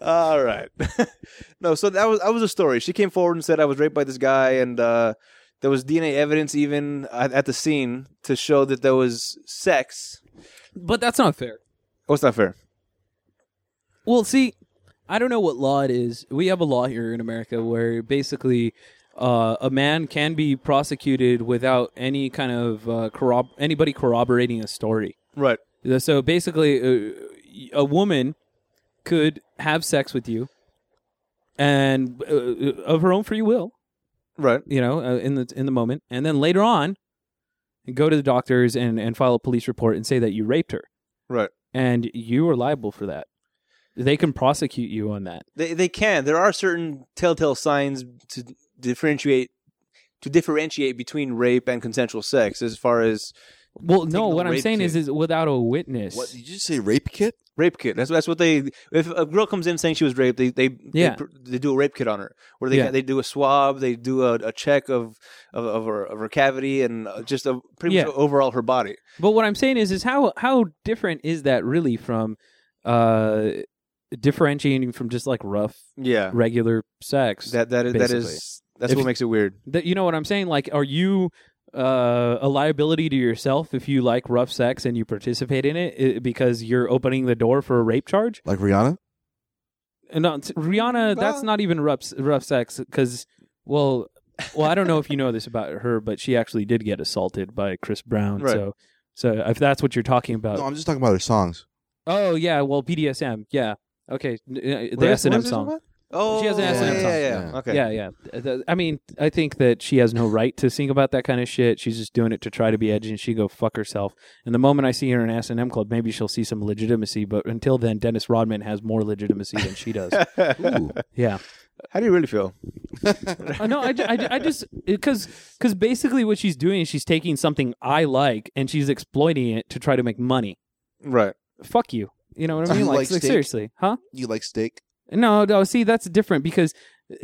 [SPEAKER 1] all right. no, so that was that was a story. She came forward and said I was raped by this guy, and uh, there was DNA evidence even at, at the scene to show that there was sex.
[SPEAKER 3] But that's not fair.
[SPEAKER 1] Oh, it's not fair.
[SPEAKER 3] Well, see, I don't know what law it is. We have a law here in America where basically uh, a man can be prosecuted without any kind of uh, corrob- anybody corroborating a story.
[SPEAKER 1] Right.
[SPEAKER 3] So basically, uh, a woman could have sex with you, and uh, of her own free will,
[SPEAKER 1] Right.
[SPEAKER 3] you know, uh, in the in the moment, and then later on, go to the doctors and and file a police report and say that you raped her.
[SPEAKER 1] Right.
[SPEAKER 3] and you are liable for that. They can prosecute you on that.
[SPEAKER 1] They they can. There are certain telltale signs to differentiate to differentiate between rape and consensual sex as far as
[SPEAKER 3] Well,
[SPEAKER 1] Take the
[SPEAKER 3] no, what I'm
[SPEAKER 1] rape
[SPEAKER 3] saying is,
[SPEAKER 1] kit.
[SPEAKER 3] is without a witness.
[SPEAKER 2] What did you say? Rape kit?
[SPEAKER 1] rape kit. That's that's what they. If a girl comes in saying she was raped, they they
[SPEAKER 3] Yeah.
[SPEAKER 1] they, pr- they do a rape kit on her, where they
[SPEAKER 3] Yeah.
[SPEAKER 1] they do a swab, they do a, a check of of of her, of her cavity and uh, just a, pretty
[SPEAKER 3] Yeah.
[SPEAKER 1] much overall her body.
[SPEAKER 3] But what I'm saying is, is how how different is that really from uh, differentiating from just like rough
[SPEAKER 1] Yeah,
[SPEAKER 3] regular sex?
[SPEAKER 1] that that is that is
[SPEAKER 3] Basically.
[SPEAKER 1] that's
[SPEAKER 3] If-
[SPEAKER 1] what makes it weird.
[SPEAKER 3] That- you know what I'm saying? Like, are you uh, a liability to yourself if you like rough sex and you participate in it i- because you're opening the door for a rape charge?
[SPEAKER 2] Like Rihanna?
[SPEAKER 3] Uh, No, it's- Rihanna, that's
[SPEAKER 1] Well-
[SPEAKER 3] not even rough, rough sex because, well, well, I don't know if you know this about her, but she actually did get assaulted by Chris Brown.
[SPEAKER 1] Right.
[SPEAKER 3] So, so if that's what you're talking about,
[SPEAKER 2] No, I'm just talking about her songs.
[SPEAKER 3] oh yeah, well BDSM, yeah, okay, n- uh, the
[SPEAKER 1] What
[SPEAKER 3] S
[SPEAKER 1] is-
[SPEAKER 3] and
[SPEAKER 1] what
[SPEAKER 3] M
[SPEAKER 1] is this
[SPEAKER 3] song,
[SPEAKER 1] about? Oh,
[SPEAKER 3] She has an
[SPEAKER 1] yeah,
[SPEAKER 3] S&M
[SPEAKER 1] yeah,
[SPEAKER 2] song.
[SPEAKER 1] Yeah, yeah.
[SPEAKER 2] Yeah.
[SPEAKER 1] Okay.
[SPEAKER 3] yeah, yeah. Uh, th- I mean, I think that she has no right to sing about that kind of shit. She's just doing it to try to be edgy, and she go fuck herself. And the moment I see her in an S and M club, maybe she'll see some legitimacy. But until then, Dennis Rodman has more legitimacy than she does.
[SPEAKER 2] Ooh.
[SPEAKER 3] yeah.
[SPEAKER 1] How do you really feel?
[SPEAKER 3] Uh, no, I, ju- I, ju- I just because because basically what she's doing is she's taking something I like and she's exploiting it to try to make money.
[SPEAKER 1] Right.
[SPEAKER 3] Fuck you. You know what
[SPEAKER 2] Do
[SPEAKER 3] I mean?
[SPEAKER 2] you
[SPEAKER 3] Like,
[SPEAKER 2] like
[SPEAKER 3] like,
[SPEAKER 2] steak?
[SPEAKER 3] seriously, huh?
[SPEAKER 2] you like steak?
[SPEAKER 3] No, no. See, that's different because uh,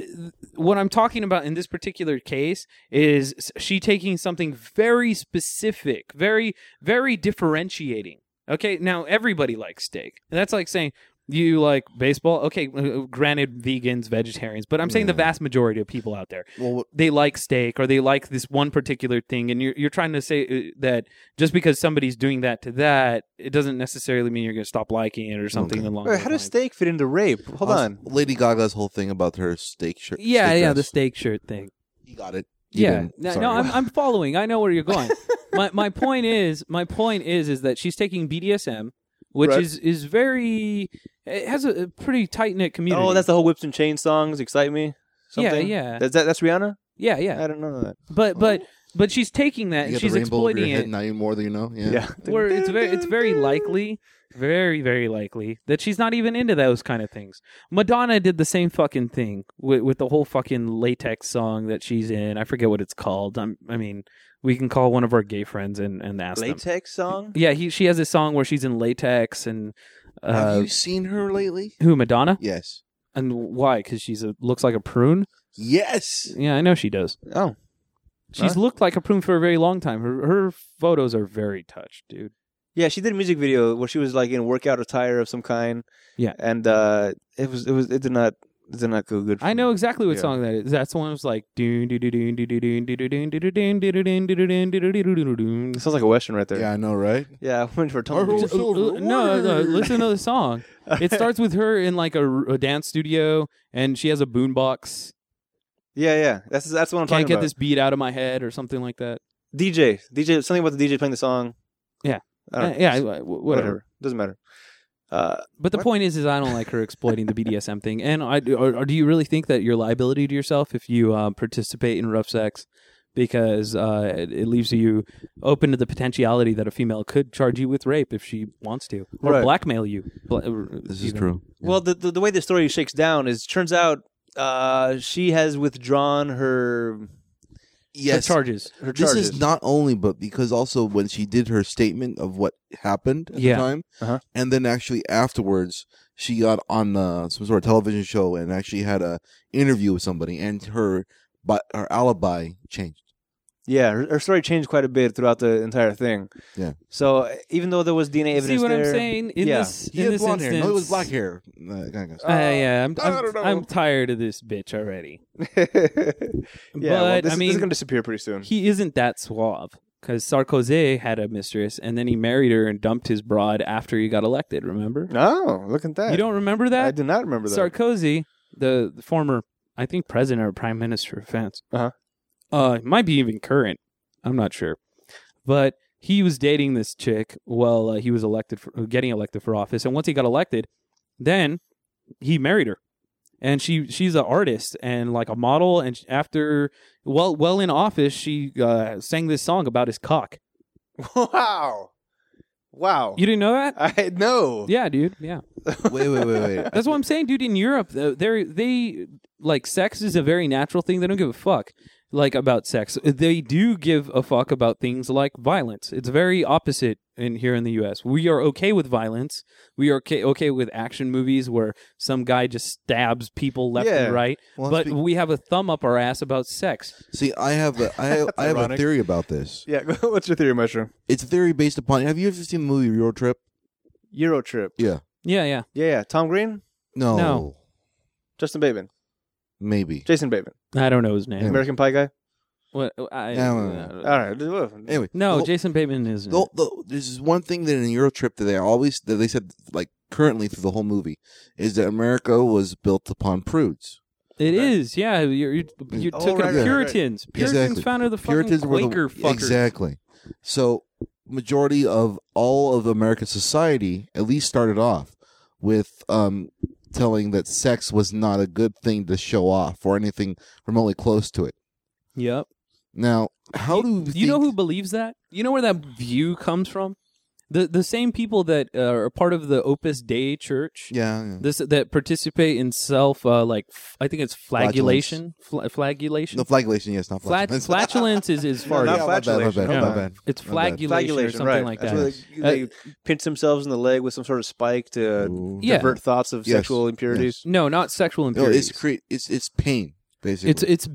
[SPEAKER 3] what I'm talking about in this particular case is s- she taking something very specific, very very differentiating. Okay, now everybody likes steak, and that's like saying. You like baseball? Okay, uh, granted, vegans, vegetarians, but I'm saying the vast majority of people out there
[SPEAKER 2] Well, what-
[SPEAKER 3] they like steak or they like this one particular thing and you're, you're trying to say uh, that just because somebody's doing that to that it doesn't necessarily mean you're going to stop liking it or something
[SPEAKER 2] Okay.
[SPEAKER 3] along
[SPEAKER 1] Wait,
[SPEAKER 3] those
[SPEAKER 1] how does
[SPEAKER 3] lines.
[SPEAKER 1] steak fit into rape? Hold
[SPEAKER 2] how's
[SPEAKER 1] on.
[SPEAKER 2] Lady Gaga's whole thing about her steak shirt.
[SPEAKER 3] yeah
[SPEAKER 2] steak
[SPEAKER 3] yeah the
[SPEAKER 2] dress?
[SPEAKER 3] steak shirt thing
[SPEAKER 2] You got it. You
[SPEAKER 3] yeah
[SPEAKER 2] didn't.
[SPEAKER 3] no,
[SPEAKER 2] Sorry.
[SPEAKER 3] no I'm, I'm following i know where you're going my, my point is my point is is that she's taking bdsm which
[SPEAKER 1] Right.
[SPEAKER 3] is is very it has a, a pretty tight-knit community
[SPEAKER 1] Oh, that's the whole whips and chain songs. Excite me. Something.
[SPEAKER 3] yeah.
[SPEAKER 1] That's that, that's Rihanna.
[SPEAKER 3] yeah yeah
[SPEAKER 1] I don't know that.
[SPEAKER 3] But but but she's taking that
[SPEAKER 2] You
[SPEAKER 3] and
[SPEAKER 2] got the
[SPEAKER 3] she's
[SPEAKER 2] rainbow over
[SPEAKER 3] exploiting
[SPEAKER 2] your head
[SPEAKER 3] it.
[SPEAKER 2] now you more than you know. Yeah.
[SPEAKER 1] Yeah.
[SPEAKER 3] Where it's very, it's very likely, very very likely that she's not even into those kind of things. Madonna did the same fucking thing with, with the whole fucking latex song that she's in. I forget what it's called. I'm, I mean, we can call one of our gay friends and and ask them.
[SPEAKER 1] latex song.
[SPEAKER 3] Yeah, he she has a song where she's in latex and
[SPEAKER 2] Have
[SPEAKER 3] uh,
[SPEAKER 2] you seen her lately?
[SPEAKER 3] who Madonna
[SPEAKER 2] Yes.
[SPEAKER 3] and why? Because she's a, looks like a prune.
[SPEAKER 2] Yes.
[SPEAKER 3] Yeah, I know she does.
[SPEAKER 1] Oh,
[SPEAKER 3] She's looked like a prune for a very long time. Her her photos are very touched, dude.
[SPEAKER 1] yeah. She did a music video where she was like in workout attire of some kind.
[SPEAKER 3] Yeah.
[SPEAKER 1] and uh, it was it was it did not it did not go good. For
[SPEAKER 3] I know
[SPEAKER 1] me.
[SPEAKER 3] exactly what
[SPEAKER 1] Yeah.
[SPEAKER 3] song that is. That's the one that's like doon doo doo doon doo doo doon doo doo doon doo doo doon doo doo doon doo doo doon doo doo doo doo doo doon.
[SPEAKER 1] It sounds like a western right there.
[SPEAKER 2] Yeah, I know, right?
[SPEAKER 1] yeah. I went for
[SPEAKER 2] Oh,
[SPEAKER 1] Tom.
[SPEAKER 2] so
[SPEAKER 3] No, no,
[SPEAKER 2] weird.
[SPEAKER 3] listen to the song. It starts with her in like a, a dance studio, and she has a boombox.
[SPEAKER 1] Yeah, yeah. That's that's what I'm
[SPEAKER 3] Can't
[SPEAKER 1] talking
[SPEAKER 3] get
[SPEAKER 1] about.
[SPEAKER 3] this beat out of my head, or something like that.
[SPEAKER 1] DJ, DJ, something about the DJ playing the song.
[SPEAKER 3] Yeah.
[SPEAKER 1] I don't
[SPEAKER 3] Uh,
[SPEAKER 1] know.
[SPEAKER 3] yeah, I- I- wh- whatever.
[SPEAKER 1] Doesn't matter. Uh,
[SPEAKER 3] But the
[SPEAKER 1] What?
[SPEAKER 3] point is, is I don't like her exploiting the BDSM thing. And I do, or, or do you really think that you're liability to yourself if you uh, participate in rough sex? Because uh, it, it leaves you open to the potentiality that a female could charge you with rape if she wants to, or
[SPEAKER 1] Right.
[SPEAKER 3] blackmail you. Bla- or
[SPEAKER 2] This is
[SPEAKER 3] even.
[SPEAKER 2] true.
[SPEAKER 1] Well, the, the the way the story shakes down is turns out uh, she has withdrawn her
[SPEAKER 3] Her
[SPEAKER 2] Yes.
[SPEAKER 3] charges.
[SPEAKER 1] her
[SPEAKER 2] This
[SPEAKER 1] charges.
[SPEAKER 2] is not only, but because also when she did her statement of what happened at
[SPEAKER 3] Yeah.
[SPEAKER 2] the time,
[SPEAKER 1] Uh-huh.
[SPEAKER 2] and then actually afterwards, she got on uh, some sort of television show and actually had a interview with somebody, and her but her alibi changed.
[SPEAKER 1] yeah, her, her story changed quite a bit throughout the entire thing.
[SPEAKER 2] Yeah.
[SPEAKER 1] So uh, even though there was DNA evidence,
[SPEAKER 3] See what I'm
[SPEAKER 1] there-
[SPEAKER 3] saying? In
[SPEAKER 1] Yeah.
[SPEAKER 3] this,
[SPEAKER 2] He
[SPEAKER 3] in
[SPEAKER 2] had
[SPEAKER 3] this
[SPEAKER 2] blonde
[SPEAKER 3] instance,
[SPEAKER 2] hair. No, it was black hair. Uh, kind of goes,
[SPEAKER 3] Uh, yeah, I'm,
[SPEAKER 2] I
[SPEAKER 3] I'm,
[SPEAKER 2] don't know.
[SPEAKER 3] I'm tired of this bitch already.
[SPEAKER 1] yeah, well,
[SPEAKER 3] but
[SPEAKER 1] this,
[SPEAKER 3] I
[SPEAKER 1] is-
[SPEAKER 3] mean,
[SPEAKER 1] this is going to disappear pretty soon.
[SPEAKER 3] he isn't that suave because Sarkozy had a mistress and then he married her and dumped his broad after he got elected. Remember?
[SPEAKER 1] no, look at that.
[SPEAKER 3] You don't remember
[SPEAKER 1] I
[SPEAKER 3] that?
[SPEAKER 1] do not remember that.
[SPEAKER 3] Sarkozy, the, the former, I think, president or prime minister of France,
[SPEAKER 1] Uh-huh.
[SPEAKER 3] uh, might be even current. I'm not sure, but he was dating this chick while uh, he was elected, for, getting elected for office, and once he got elected, then he married her, and she she's an artist and like a model, and sh- after well well in office, she uh, sang this song about his cock.
[SPEAKER 1] wow, wow.
[SPEAKER 3] You didn't know that?
[SPEAKER 1] I know.
[SPEAKER 3] Yeah, dude. Yeah.
[SPEAKER 2] wait, wait, wait, wait.
[SPEAKER 3] That's what I'm saying, dude. In Europe, though, they they like sex is a very natural thing. They don't give a fuck like about sex. They do give a fuck about things like violence. It's very opposite in here in the U.S. We are okay with violence. We are okay, okay with action movies where some guy just stabs people left
[SPEAKER 1] Yeah.
[SPEAKER 3] and right.
[SPEAKER 2] Well,
[SPEAKER 3] but
[SPEAKER 2] speak-
[SPEAKER 3] we have a thumb up our ass about sex.
[SPEAKER 2] See, I have a, I have, I have a
[SPEAKER 1] ironic.
[SPEAKER 2] theory about this.
[SPEAKER 1] Yeah. What's your theory, Mushroom?
[SPEAKER 2] It's a theory based upon. Have you ever seen the movie Euro Trip?
[SPEAKER 1] Euro trip.
[SPEAKER 2] Yeah.
[SPEAKER 3] Yeah, yeah.
[SPEAKER 1] Yeah, yeah. Tom Green,
[SPEAKER 2] No.
[SPEAKER 3] No.
[SPEAKER 1] Justin Bateman,
[SPEAKER 2] Maybe.
[SPEAKER 1] Jason Bateman,
[SPEAKER 3] I don't know his name.
[SPEAKER 1] American Pie guy.
[SPEAKER 3] What? I, uh,
[SPEAKER 2] No, no, no.
[SPEAKER 1] All right.
[SPEAKER 2] Anyway.
[SPEAKER 3] No,
[SPEAKER 2] the whole-
[SPEAKER 3] Jason Bateman is.
[SPEAKER 2] The, the, there's this one thing that in Eurotrip that they always that they said like currently through the whole movie is that America was built upon prudes.
[SPEAKER 3] It
[SPEAKER 1] Right.
[SPEAKER 3] is, yeah. You you,
[SPEAKER 2] Mm.
[SPEAKER 3] you
[SPEAKER 1] Oh,
[SPEAKER 3] took
[SPEAKER 1] right,
[SPEAKER 3] up
[SPEAKER 1] right, right.
[SPEAKER 3] Puritans. Puritans
[SPEAKER 2] Exactly.
[SPEAKER 3] founded the fucking
[SPEAKER 2] Puritans were the
[SPEAKER 3] Quaker fuckers.
[SPEAKER 2] exactly. So majority of all of American society at least started off with um, telling that sex was not a good thing to show off or anything remotely close to it.
[SPEAKER 3] Yep.
[SPEAKER 2] Now, how
[SPEAKER 3] you,
[SPEAKER 2] do you,
[SPEAKER 3] you know
[SPEAKER 2] think-
[SPEAKER 3] who believes that? You know where that view comes from? The the same people that uh, are part of the Opus Dei Church.
[SPEAKER 2] Yeah, yeah.
[SPEAKER 3] This that participate in self uh, like f- I think it's flagellation. Fla- flagellation.
[SPEAKER 2] no flagellation. Yes, not
[SPEAKER 3] Flat-
[SPEAKER 2] flagellation.
[SPEAKER 3] flatulence is is
[SPEAKER 1] No,
[SPEAKER 3] far.
[SPEAKER 1] not
[SPEAKER 2] Yeah, my bad, my
[SPEAKER 1] flatulation.
[SPEAKER 2] bad, my
[SPEAKER 3] Yeah.
[SPEAKER 2] bad.
[SPEAKER 3] It's
[SPEAKER 2] My bad.
[SPEAKER 3] flagellation or something
[SPEAKER 1] right.
[SPEAKER 3] like
[SPEAKER 1] That's
[SPEAKER 3] that. Uh,
[SPEAKER 1] where They, they pinch themselves in the leg with some sort of spike to
[SPEAKER 2] Ooh.
[SPEAKER 3] Yeah.
[SPEAKER 1] divert thoughts of
[SPEAKER 2] Yes.
[SPEAKER 1] sexual impurities.
[SPEAKER 3] No, not sexual
[SPEAKER 2] No,
[SPEAKER 3] impurities.
[SPEAKER 2] it's cre- it's it's pain basically.
[SPEAKER 3] It's uh, it's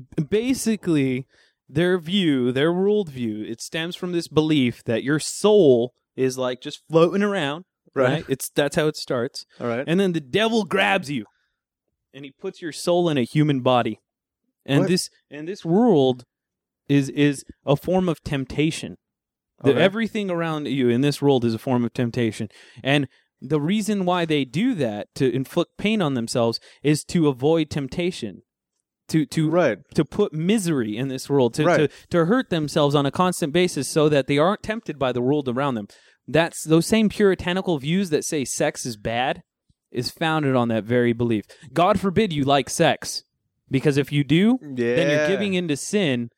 [SPEAKER 3] basically their view, their worldview. It stems from this belief that your soul is like just floating around, right?
[SPEAKER 1] Right.
[SPEAKER 3] It's that's how it starts,
[SPEAKER 1] All right.
[SPEAKER 3] and then the devil grabs you, and he puts your soul in a human body, and
[SPEAKER 1] What?
[SPEAKER 3] this and this world is is a form of temptation. The,
[SPEAKER 1] Okay.
[SPEAKER 3] Everything around you in this world is a form of temptation, and the reason why they do that to inflict pain on themselves is to avoid temptation, to to
[SPEAKER 1] right.
[SPEAKER 3] to put misery in this world, to,
[SPEAKER 1] Right.
[SPEAKER 3] to, to hurt themselves on a constant basis so that they aren't tempted by the world around them. That's those same puritanical views that say sex is bad is founded on that very belief. God forbid you like sex. Because if you do,
[SPEAKER 1] Yeah.
[SPEAKER 3] then you're giving into sin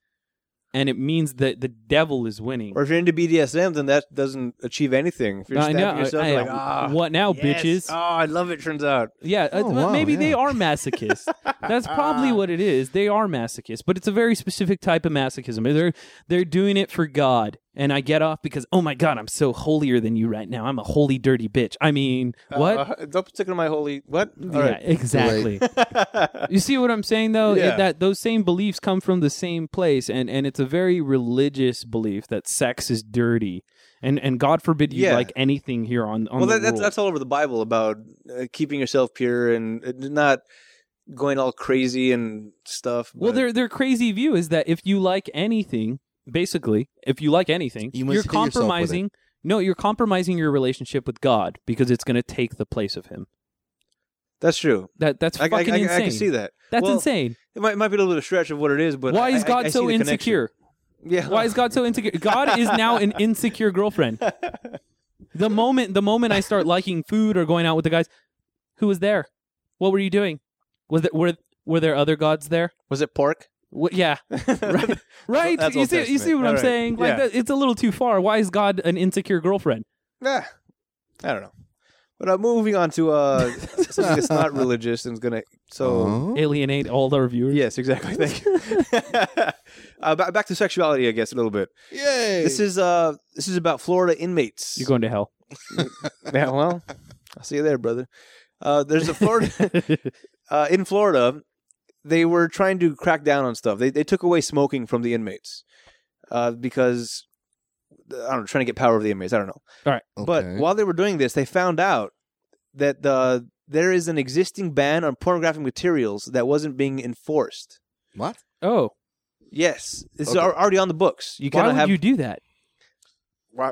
[SPEAKER 3] and it means that the devil is winning.
[SPEAKER 1] Or if you're into BDSM, then that doesn't achieve anything. If you're
[SPEAKER 3] I
[SPEAKER 1] stabbing
[SPEAKER 3] know.
[SPEAKER 1] yourself,
[SPEAKER 3] Uh, I-
[SPEAKER 1] you're
[SPEAKER 3] I-
[SPEAKER 1] like, ah,
[SPEAKER 3] what now,
[SPEAKER 1] yes.
[SPEAKER 3] bitches?
[SPEAKER 1] Oh, I love it. Turns out,
[SPEAKER 3] Yeah,
[SPEAKER 2] Oh,
[SPEAKER 3] uh, well,
[SPEAKER 2] wow,
[SPEAKER 3] maybe they
[SPEAKER 2] yeah.
[SPEAKER 3] are masochists. That's
[SPEAKER 1] Ah.
[SPEAKER 3] probably what it is. They are masochists, but it's a very specific type of masochism. They're they're doing it for God, and I get off because oh my God, I'm so holier than you right now. I'm a holy dirty bitch. I mean, what?
[SPEAKER 1] Uh, don't particular my holy what? All
[SPEAKER 3] yeah,
[SPEAKER 1] right.
[SPEAKER 3] exactly. you see what I'm saying though?
[SPEAKER 1] Yeah.
[SPEAKER 3] That those same beliefs come from the same place, and and it's a very religious belief that sex is dirty, and and God forbid you
[SPEAKER 1] Yeah.
[SPEAKER 3] like anything here on on
[SPEAKER 1] Well,
[SPEAKER 3] the
[SPEAKER 1] that, that's
[SPEAKER 3] world.
[SPEAKER 1] that's all over the Bible about uh, keeping yourself pure and uh, not going all crazy and stuff.
[SPEAKER 3] Well,
[SPEAKER 1] but-
[SPEAKER 3] their their crazy view is that if you like anything, basically, if you like anything,
[SPEAKER 2] You
[SPEAKER 3] are
[SPEAKER 2] must hit yourself with it.
[SPEAKER 3] compromising. No, you're compromising your relationship with God because it's going to take the place of Him.
[SPEAKER 1] that's true.
[SPEAKER 3] That that's
[SPEAKER 1] I, I,
[SPEAKER 3] fucking
[SPEAKER 1] I, I
[SPEAKER 3] insane.
[SPEAKER 1] can see that.
[SPEAKER 3] That's
[SPEAKER 1] Well,
[SPEAKER 3] insane.
[SPEAKER 1] It might, might be a little bit of a stretch of what it is, but
[SPEAKER 3] Why
[SPEAKER 1] I-
[SPEAKER 3] is
[SPEAKER 1] I-
[SPEAKER 3] God
[SPEAKER 1] I see
[SPEAKER 3] so
[SPEAKER 1] the connection.
[SPEAKER 3] insecure?
[SPEAKER 1] Yeah.
[SPEAKER 3] Why is God so insecure? God is now an insecure girlfriend. The moment the moment I start liking food or going out with the guys, who was there? What were you doing? Was there, were were there other gods there?
[SPEAKER 1] was it pork?
[SPEAKER 3] Wha- yeah, right, right.
[SPEAKER 1] That's
[SPEAKER 3] you
[SPEAKER 1] Old
[SPEAKER 3] see, you see
[SPEAKER 1] Testament.
[SPEAKER 3] what I'm
[SPEAKER 1] All right.
[SPEAKER 3] saying? Like
[SPEAKER 1] Yeah.
[SPEAKER 3] that, it's a little too far. Why is God an insecure girlfriend?
[SPEAKER 1] Nah, Eh, I don't know. But uh, moving on to uh, something that's not religious and is gonna so.
[SPEAKER 2] Oh.
[SPEAKER 3] Alienate all our viewers.
[SPEAKER 1] Mm-hmm. Yes, exactly. Thank you. uh, ba- back to sexuality, I guess, a little bit.
[SPEAKER 2] Yay!
[SPEAKER 1] This is uh, this is about Florida inmates.
[SPEAKER 3] You're going to hell.
[SPEAKER 1] yeah, well, I'll see you there, brother. Uh, there's a Florida uh, in Florida. They were trying to crack down on stuff. They they took away smoking from the inmates uh, because I don't know, trying to get power over the inmates. I don't know. But
[SPEAKER 2] Okay.
[SPEAKER 1] while they were doing this, they found out that uh, there is an existing ban on pornographic materials that wasn't being enforced.
[SPEAKER 2] what?
[SPEAKER 3] Oh,
[SPEAKER 1] Yes, this is
[SPEAKER 2] Okay.
[SPEAKER 1] al- already on the books. You
[SPEAKER 3] why
[SPEAKER 1] cannot
[SPEAKER 3] would
[SPEAKER 1] have.
[SPEAKER 3] you do that?
[SPEAKER 1] I,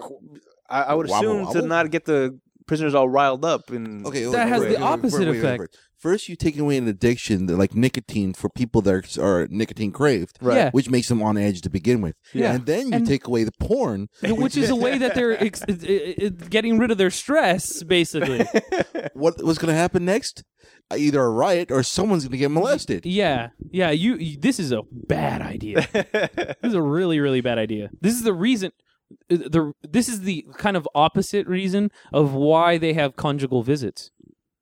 [SPEAKER 1] I would
[SPEAKER 2] Wobble,
[SPEAKER 1] assume to
[SPEAKER 2] wobble?
[SPEAKER 1] not get the prisoners all riled up. And
[SPEAKER 2] Okay,
[SPEAKER 3] That has the opposite effect.
[SPEAKER 2] First, you take away an addiction that, like nicotine for people that are, are nicotine craved,
[SPEAKER 1] Right.
[SPEAKER 3] Yeah.
[SPEAKER 2] which makes them on edge to begin with.
[SPEAKER 3] Yeah.
[SPEAKER 2] and then you
[SPEAKER 3] And-
[SPEAKER 2] take away the porn.
[SPEAKER 3] Which is a way that they're ex- i- i- i- getting rid of their stress, basically.
[SPEAKER 2] What what's going to happen next? Either a riot or someone's going to get molested.
[SPEAKER 3] Yeah, yeah. You, you. This is a bad idea. this is a really, really bad idea. This is the reason. uh, The this is the kind of opposite reason of why they have conjugal visits.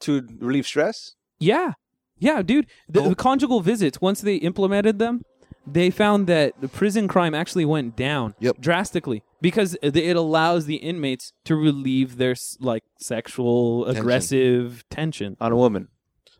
[SPEAKER 1] to relieve stress.
[SPEAKER 3] Yeah. Yeah, dude. The,
[SPEAKER 2] Oh.
[SPEAKER 3] the conjugal visits, once they implemented them, they found that the prison crime actually went down
[SPEAKER 2] Yep.
[SPEAKER 3] drastically because it it allows the inmates to relieve their s- like sexual
[SPEAKER 2] Tension.
[SPEAKER 3] aggressive tension.
[SPEAKER 1] on a woman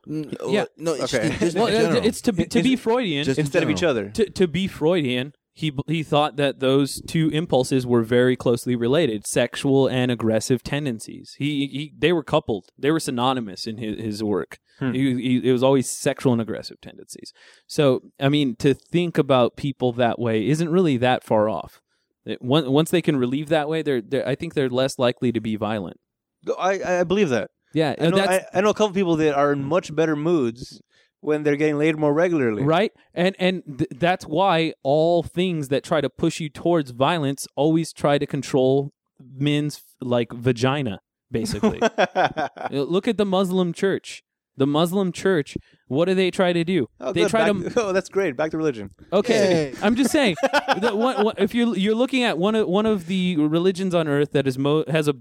[SPEAKER 2] Mm,
[SPEAKER 3] Yeah.
[SPEAKER 2] no, it's
[SPEAKER 1] Okay.
[SPEAKER 2] just, just
[SPEAKER 3] Well,
[SPEAKER 2] in
[SPEAKER 3] uh,
[SPEAKER 2] general.
[SPEAKER 3] it's to be, to
[SPEAKER 1] Is
[SPEAKER 3] be
[SPEAKER 1] it-
[SPEAKER 3] Freudian.
[SPEAKER 2] Just in
[SPEAKER 1] instead of each
[SPEAKER 2] general.
[SPEAKER 1] other.
[SPEAKER 3] to, to be Freudian, he b- he thought that those two impulses were very closely related, sexual and aggressive tendencies. He, he they were coupled. They were synonymous in his, his work.
[SPEAKER 1] Hmm.
[SPEAKER 3] He, he, it was always sexual and aggressive tendencies. So, I mean, to think about people that way isn't really that far off. It- on- once they can relieve that way, they're, they're I think they're less likely to be violent.
[SPEAKER 1] I, I believe that.
[SPEAKER 3] Yeah,
[SPEAKER 1] I know,
[SPEAKER 3] that's
[SPEAKER 1] I, I know a couple people that are in much better moods when they're getting laid more regularly.
[SPEAKER 3] right and and th- that's why all things that try to push you towards violence always try to control men's like vagina basically You know, look at the muslim church the muslim church what do they try to do
[SPEAKER 1] oh,
[SPEAKER 3] they
[SPEAKER 1] good.
[SPEAKER 3] try to
[SPEAKER 1] Back- oh, that's great. Back to religion.
[SPEAKER 3] okay
[SPEAKER 2] Yay.
[SPEAKER 3] i'm just saying that one, one- if you're you're looking at one of one of the religions on earth that is mo- has a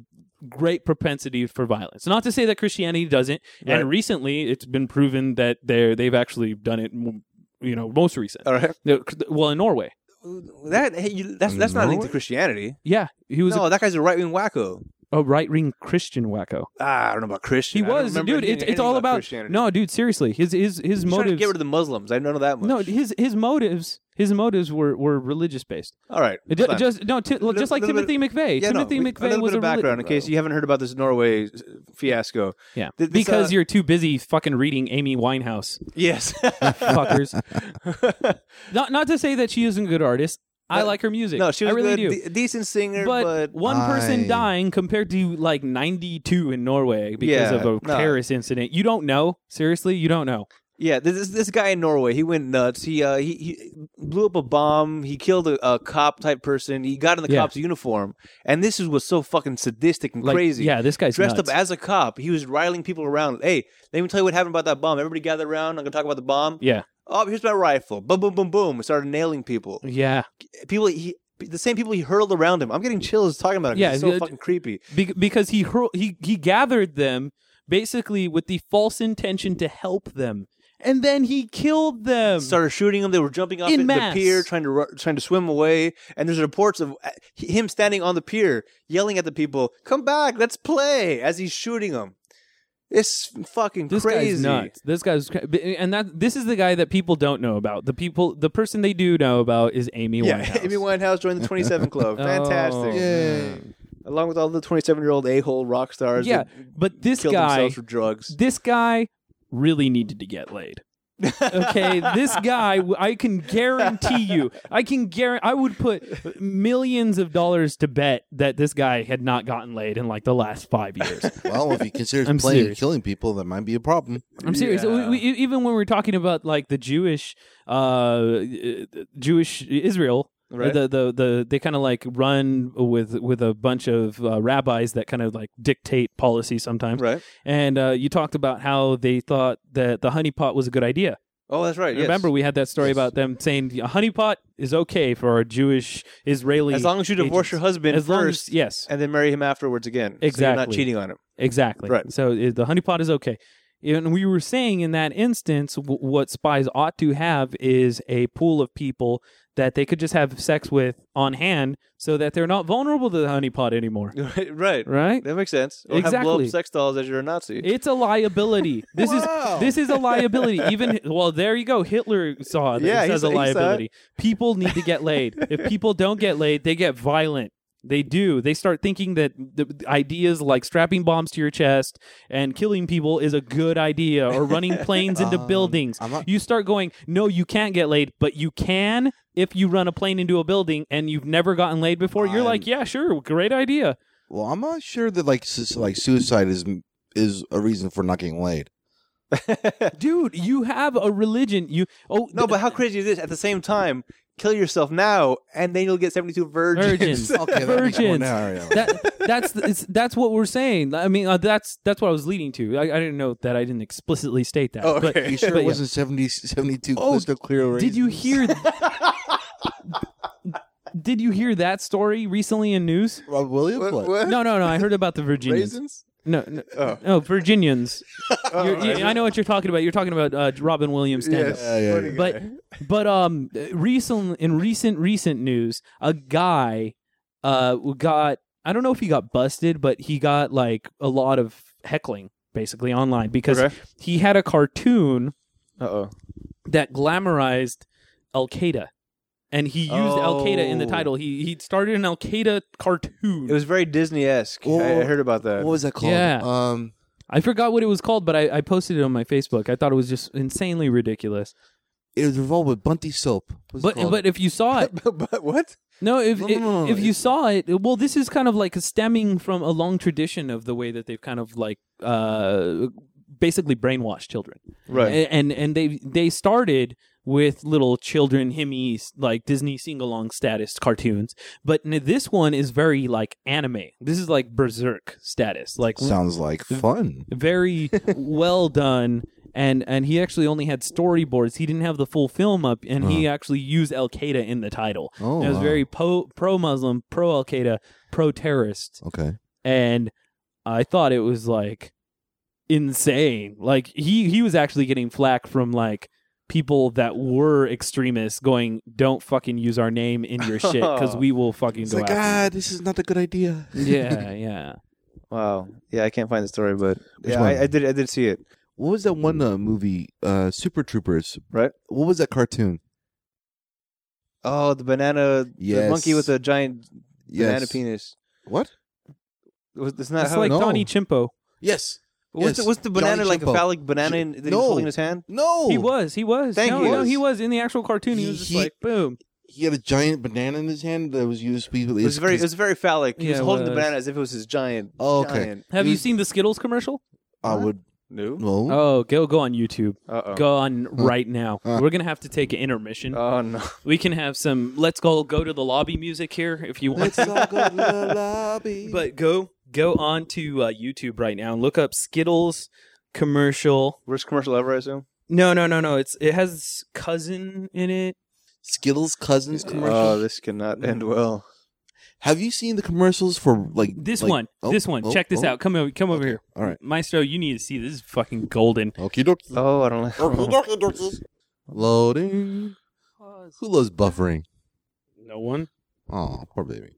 [SPEAKER 3] great propensity for violence not to say that christianity doesn't
[SPEAKER 1] Right.
[SPEAKER 3] and recently it's been proven that they they've actually done it you know most recent
[SPEAKER 1] All right.
[SPEAKER 3] no, c- well, in Norway.
[SPEAKER 1] That hey, you, that's that's not linked to
[SPEAKER 2] Norway?
[SPEAKER 1] Christianity.
[SPEAKER 3] Yeah, he was
[SPEAKER 1] no, that guy's a right wing wacko.
[SPEAKER 3] a, a right-wing Christian wacko.
[SPEAKER 1] Ah, I don't know about Christian.
[SPEAKER 3] He
[SPEAKER 1] I don't
[SPEAKER 3] was,
[SPEAKER 1] remember
[SPEAKER 3] dude.
[SPEAKER 1] anything-
[SPEAKER 3] It's, it's
[SPEAKER 1] anything
[SPEAKER 3] all about
[SPEAKER 1] Christianity.
[SPEAKER 3] no, dude. Seriously, his his
[SPEAKER 1] He's
[SPEAKER 3] his
[SPEAKER 1] trying to
[SPEAKER 3] motives.
[SPEAKER 1] get rid of the Muslims. I know that much.
[SPEAKER 3] no, his his motives. His motives were, were religious based.
[SPEAKER 1] all right.
[SPEAKER 3] Ju-
[SPEAKER 1] fine.
[SPEAKER 3] Just no, ti- well, just like
[SPEAKER 1] Little bit-
[SPEAKER 3] Timothy McVeigh.
[SPEAKER 1] Yeah, no,
[SPEAKER 3] Timothy
[SPEAKER 1] we- a
[SPEAKER 3] McVeigh
[SPEAKER 1] little
[SPEAKER 3] was
[SPEAKER 1] bit of
[SPEAKER 3] a reli-
[SPEAKER 1] background in case you haven't heard about this Norway uh, fiasco.
[SPEAKER 3] Yeah,
[SPEAKER 1] Th- this,
[SPEAKER 3] because
[SPEAKER 1] uh,
[SPEAKER 3] you're too busy fucking reading Amy Winehouse,
[SPEAKER 1] Yes.
[SPEAKER 3] fuckers. not not to say that she isn't a good artist. I
[SPEAKER 1] But-
[SPEAKER 3] like her music.
[SPEAKER 1] no, she was
[SPEAKER 3] I really
[SPEAKER 1] a
[SPEAKER 3] do.
[SPEAKER 1] good, de- decent singer,
[SPEAKER 3] but,
[SPEAKER 1] but,
[SPEAKER 3] one person
[SPEAKER 2] I-
[SPEAKER 3] dying compared to like 92 in Norway because
[SPEAKER 1] Yeah,
[SPEAKER 3] of a
[SPEAKER 1] no.
[SPEAKER 3] terrorist incident. You don't know. Seriously, you don't know.
[SPEAKER 1] yeah, this this guy in Norway, he went nuts. He uh he, he blew up a bomb. He killed a, a cop type person. He got in the
[SPEAKER 3] Yeah.
[SPEAKER 1] cop's uniform, and this is what's so fucking sadistic and
[SPEAKER 3] Like,
[SPEAKER 1] crazy.
[SPEAKER 3] Yeah, this guy's
[SPEAKER 1] dressed
[SPEAKER 3] nuts.
[SPEAKER 1] up as a cop. He was riling people around. Hey, let me tell you what happened about that bomb. Everybody gather around. I'm gonna talk about the bomb.
[SPEAKER 3] Yeah.
[SPEAKER 1] Oh, here's my rifle. Boom, boom, boom, boom. Started nailing people.
[SPEAKER 3] yeah,
[SPEAKER 1] People. He. The same people he hurled around him. I'm getting chills talking about it. 'cause
[SPEAKER 3] Yeah,
[SPEAKER 1] it's so
[SPEAKER 3] it-
[SPEAKER 1] fucking creepy.
[SPEAKER 3] Be- because he hurl- he he gathered them basically with the false intention to help them, and then he killed them.
[SPEAKER 1] Started shooting them. They were jumping off
[SPEAKER 3] Um, In
[SPEAKER 1] the- the
[SPEAKER 3] mass.
[SPEAKER 1] pier, trying to ru- trying to swim away. And there's reports of uh, him standing on the pier, yelling at the people, "Come back, let's play!" As he's shooting them. It's fucking
[SPEAKER 3] This
[SPEAKER 1] crazy.
[SPEAKER 3] guy's nuts. This guy's cra- b- and that this is the guy that people don't know about. The people, the person they do know about is Amy
[SPEAKER 1] Yeah,
[SPEAKER 3] Winehouse.
[SPEAKER 1] Amy Winehouse joined the 27 Club. Fantastic.
[SPEAKER 3] Oh, man.
[SPEAKER 1] along with all the 27 year old a hole rock stars.
[SPEAKER 3] Yeah,
[SPEAKER 1] that
[SPEAKER 3] but this
[SPEAKER 1] killed
[SPEAKER 3] guy,
[SPEAKER 1] themselves for drugs.
[SPEAKER 3] this guy really needed to get laid. Okay, this guy, w- I can guarantee you, I can guarantee, I would put millions of dollars to bet that this guy had not gotten laid in like the last five years.
[SPEAKER 2] Well, if he considers
[SPEAKER 3] I'm
[SPEAKER 2] playing and
[SPEAKER 3] serious.
[SPEAKER 2] killing people, that might be a problem.
[SPEAKER 3] I'm serious. We, we, even when we were talking about like the Jewish, uh, Jewish Israel,
[SPEAKER 1] Right.
[SPEAKER 3] the the the they kind of like run with with a bunch of uh, rabbis that kind of like dictate policy sometimes.
[SPEAKER 1] right?
[SPEAKER 3] And uh, you talked about how they thought that the honeypot was a good idea.
[SPEAKER 1] Oh, that's right. yes.
[SPEAKER 3] Remember, we had that story about them saying a honeypot is okay for our Jewish Israeli.
[SPEAKER 1] as long as you divorce your
[SPEAKER 3] agents.
[SPEAKER 1] husband
[SPEAKER 3] As long as-
[SPEAKER 1] first,
[SPEAKER 3] yes,
[SPEAKER 1] and then marry him afterwards again. so you're not
[SPEAKER 3] Exactly.
[SPEAKER 1] cheating on him.
[SPEAKER 3] Exactly.
[SPEAKER 1] Right.
[SPEAKER 3] So uh, the honeypot is okay. And we were saying in that instance, w- what spies ought to have is a pool of people that they could just have sex with on hand so that they're not vulnerable to the honeypot anymore.
[SPEAKER 1] right, right.
[SPEAKER 3] Right?
[SPEAKER 1] That makes sense. Or have blow
[SPEAKER 3] Exactly.
[SPEAKER 1] up sex dolls as you're a Nazi.
[SPEAKER 3] It's a liability. This
[SPEAKER 2] Wow.
[SPEAKER 3] is this is a liability. Even well, there you go. Hitler saw that
[SPEAKER 1] Yeah,
[SPEAKER 3] yeah,
[SPEAKER 1] he
[SPEAKER 3] as
[SPEAKER 1] saw-
[SPEAKER 3] a
[SPEAKER 1] he saw it.
[SPEAKER 3] liability. People need to get laid. if people don't get laid, they get violent. They do. They start thinking that the the ideas like strapping bombs to your chest and killing people is a good idea, or running planes into
[SPEAKER 2] Um,
[SPEAKER 3] buildings.
[SPEAKER 2] I'm not-
[SPEAKER 3] You start going, no, you can't get laid, but you can if you run a plane into a building and you've never gotten laid before. You're
[SPEAKER 2] I'm-
[SPEAKER 3] like, yeah, sure, great idea.
[SPEAKER 2] Well, I'm not sure that like su- like suicide is is a reason for not getting laid.
[SPEAKER 3] Dude, you have a religion. You oh
[SPEAKER 1] no, but how crazy is this? At the same time, kill yourself now, and then you'll get 72 virgins.
[SPEAKER 3] Virgins.
[SPEAKER 2] Okay, that makes more
[SPEAKER 3] Virgins.
[SPEAKER 2] now, all right.
[SPEAKER 3] that that's it's, that's what we're saying. I mean, uh, that's that's what I was leading to. I, I didn't know that I didn't explicitly state that.
[SPEAKER 1] Oh,
[SPEAKER 3] but-
[SPEAKER 1] okay.
[SPEAKER 2] You sure
[SPEAKER 3] But
[SPEAKER 2] it
[SPEAKER 3] yeah.
[SPEAKER 2] wasn't 70, 72
[SPEAKER 3] Oh,
[SPEAKER 2] crystal clear
[SPEAKER 3] did you hear? did you hear that story recently in news?
[SPEAKER 2] Rob Williams?
[SPEAKER 1] What-
[SPEAKER 2] What?
[SPEAKER 1] what?
[SPEAKER 3] No, no, no. I heard about the Virginians.
[SPEAKER 1] Raisins?
[SPEAKER 3] No, no,
[SPEAKER 1] Oh.
[SPEAKER 3] no Virginians.
[SPEAKER 1] Oh,
[SPEAKER 3] You're- you-
[SPEAKER 1] right.
[SPEAKER 3] I know what you're talking about. You're talking about uh, Robin Williams stand-up.
[SPEAKER 1] Yes.
[SPEAKER 2] Yeah, yeah,
[SPEAKER 1] Funny
[SPEAKER 3] but
[SPEAKER 1] guy.
[SPEAKER 3] but um recent in recent recent news a guy uh got i don't know if he got busted but he got like a lot of heckling basically online because
[SPEAKER 1] Okay.
[SPEAKER 3] he had a cartoon
[SPEAKER 1] Uh-oh.
[SPEAKER 3] that glamorized al qaeda and he used al qaeda in the
[SPEAKER 1] Oh.
[SPEAKER 3] title he he started an al qaeda cartoon
[SPEAKER 1] It was very Disney-esque. I- I,
[SPEAKER 2] Oh.
[SPEAKER 1] heard about that.
[SPEAKER 2] What was that called?
[SPEAKER 3] Yeah.
[SPEAKER 2] Um,
[SPEAKER 3] i forgot what it was called but I, I posted it on my facebook i thought it was just insanely ridiculous
[SPEAKER 2] it was involved with Bunty soap. What was it
[SPEAKER 3] but
[SPEAKER 2] called?
[SPEAKER 3] but if you saw it
[SPEAKER 1] but, but what?
[SPEAKER 3] No, if
[SPEAKER 2] No,
[SPEAKER 3] if-
[SPEAKER 2] no, no, no.
[SPEAKER 3] if you saw it, well, this is kind of like stemming from a long tradition of the way that they've kind of like uh, basically brainwashed children,
[SPEAKER 1] Right.
[SPEAKER 3] A- And and they they started with little children himmy like Disney sing along status cartoons, but n- this one is very like anime. This is like Berserk status, like
[SPEAKER 2] Sounds like fun.
[SPEAKER 3] very well done and and he actually only had storyboards he didn't have the full film up and he
[SPEAKER 2] Uh-huh.
[SPEAKER 3] actually used al-qaeda in the title
[SPEAKER 2] Oh,
[SPEAKER 3] And it was
[SPEAKER 2] wow.
[SPEAKER 3] very po- pro-muslim pro-al-qaeda pro-terrorist
[SPEAKER 2] Okay.
[SPEAKER 3] and i thought it was like insane like he he was actually getting flack from like people that were extremists going don't fucking use our name in your shit because we will fucking
[SPEAKER 2] It's
[SPEAKER 3] go
[SPEAKER 2] like,
[SPEAKER 3] after you."
[SPEAKER 2] ah, this is not a good idea.
[SPEAKER 3] yeah yeah
[SPEAKER 1] Wow. Yeah, I can't find the story, but
[SPEAKER 2] Which
[SPEAKER 1] yeah, I,
[SPEAKER 2] one?
[SPEAKER 1] I did. I did see it.
[SPEAKER 2] What was that one uh, movie, uh, Super Troopers?
[SPEAKER 1] Right.
[SPEAKER 2] What was that cartoon?
[SPEAKER 1] Oh, the banana, the
[SPEAKER 2] Yes.
[SPEAKER 1] monkey with a giant banana
[SPEAKER 2] Yes.
[SPEAKER 1] penis.
[SPEAKER 2] What?
[SPEAKER 1] Was it's not
[SPEAKER 3] that's
[SPEAKER 1] how?
[SPEAKER 3] like
[SPEAKER 2] no.
[SPEAKER 3] donnie chimpo
[SPEAKER 2] Yes.
[SPEAKER 1] what's, the,
[SPEAKER 2] yes.
[SPEAKER 1] what's the banana
[SPEAKER 2] Johnny
[SPEAKER 1] like a
[SPEAKER 2] Chimpo.
[SPEAKER 1] phallic banana in, that he's
[SPEAKER 2] No.
[SPEAKER 1] holding in his hand?
[SPEAKER 2] No.
[SPEAKER 3] He was. He was.
[SPEAKER 1] Thank
[SPEAKER 3] no,
[SPEAKER 1] you.
[SPEAKER 3] no, he was in the actual cartoon. He,
[SPEAKER 2] He-
[SPEAKER 3] was just
[SPEAKER 2] he-
[SPEAKER 3] like boom.
[SPEAKER 2] He had a giant banana in his hand that was used. It
[SPEAKER 1] It was very, it was very phallic. He was
[SPEAKER 3] Yeah, it
[SPEAKER 1] holding the
[SPEAKER 3] was.
[SPEAKER 1] banana as if it was his giant.
[SPEAKER 2] Oh, okay.
[SPEAKER 1] giant.
[SPEAKER 3] Have you
[SPEAKER 2] was-
[SPEAKER 3] seen the Skittles commercial?
[SPEAKER 2] I would
[SPEAKER 1] No.
[SPEAKER 2] No.
[SPEAKER 3] Oh, go go on YouTube.
[SPEAKER 1] Uh oh.
[SPEAKER 3] Go on right now. We're gonna have to take an intermission.
[SPEAKER 1] Oh no.
[SPEAKER 3] we can have some. Let's go go to the lobby music here if you want.
[SPEAKER 2] Let's all go to the lobby.
[SPEAKER 3] but go go on to uh, YouTube right now and look up Skittles commercial.
[SPEAKER 1] Worst commercial ever, I assume.
[SPEAKER 3] No, no, no, no. It's it has cousin in it.
[SPEAKER 2] Skittles cousins commercial.
[SPEAKER 1] Oh, this cannot end well.
[SPEAKER 2] Have you seen the commercials for like
[SPEAKER 3] This
[SPEAKER 2] like-
[SPEAKER 3] one,
[SPEAKER 2] oh,
[SPEAKER 3] this one.
[SPEAKER 2] oh,
[SPEAKER 3] Check this
[SPEAKER 2] oh.
[SPEAKER 3] out. Come over, come over here,
[SPEAKER 2] All right.
[SPEAKER 3] Maestro. You need to see this. this is fucking golden.
[SPEAKER 2] Okie dokie.
[SPEAKER 1] Oh, I don't like.
[SPEAKER 2] Loading. Who loves buffering?
[SPEAKER 3] No one.
[SPEAKER 2] Oh, poor baby.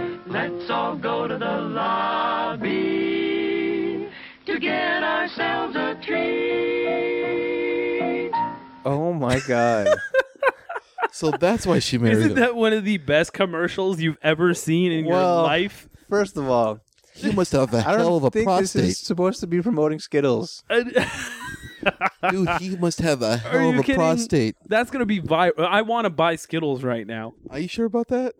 [SPEAKER 5] Let's all go to the lobby to get ourselves a treat.
[SPEAKER 1] Oh my god.
[SPEAKER 2] So that's why she married
[SPEAKER 3] Isn't
[SPEAKER 2] him.
[SPEAKER 3] that one of the best commercials you've ever seen in
[SPEAKER 1] Well,
[SPEAKER 3] your life?
[SPEAKER 1] First of all,
[SPEAKER 2] He must have a
[SPEAKER 1] I
[SPEAKER 2] hell of
[SPEAKER 1] don't
[SPEAKER 2] a
[SPEAKER 1] think
[SPEAKER 2] prostate,
[SPEAKER 1] this is supposed to be promoting Skittles.
[SPEAKER 2] dude. He must have a
[SPEAKER 3] Are
[SPEAKER 2] hell of
[SPEAKER 3] you
[SPEAKER 2] a
[SPEAKER 3] kidding?
[SPEAKER 2] prostate.
[SPEAKER 3] That's gonna be viral. I want to buy Skittles right now.
[SPEAKER 2] Are you sure about that?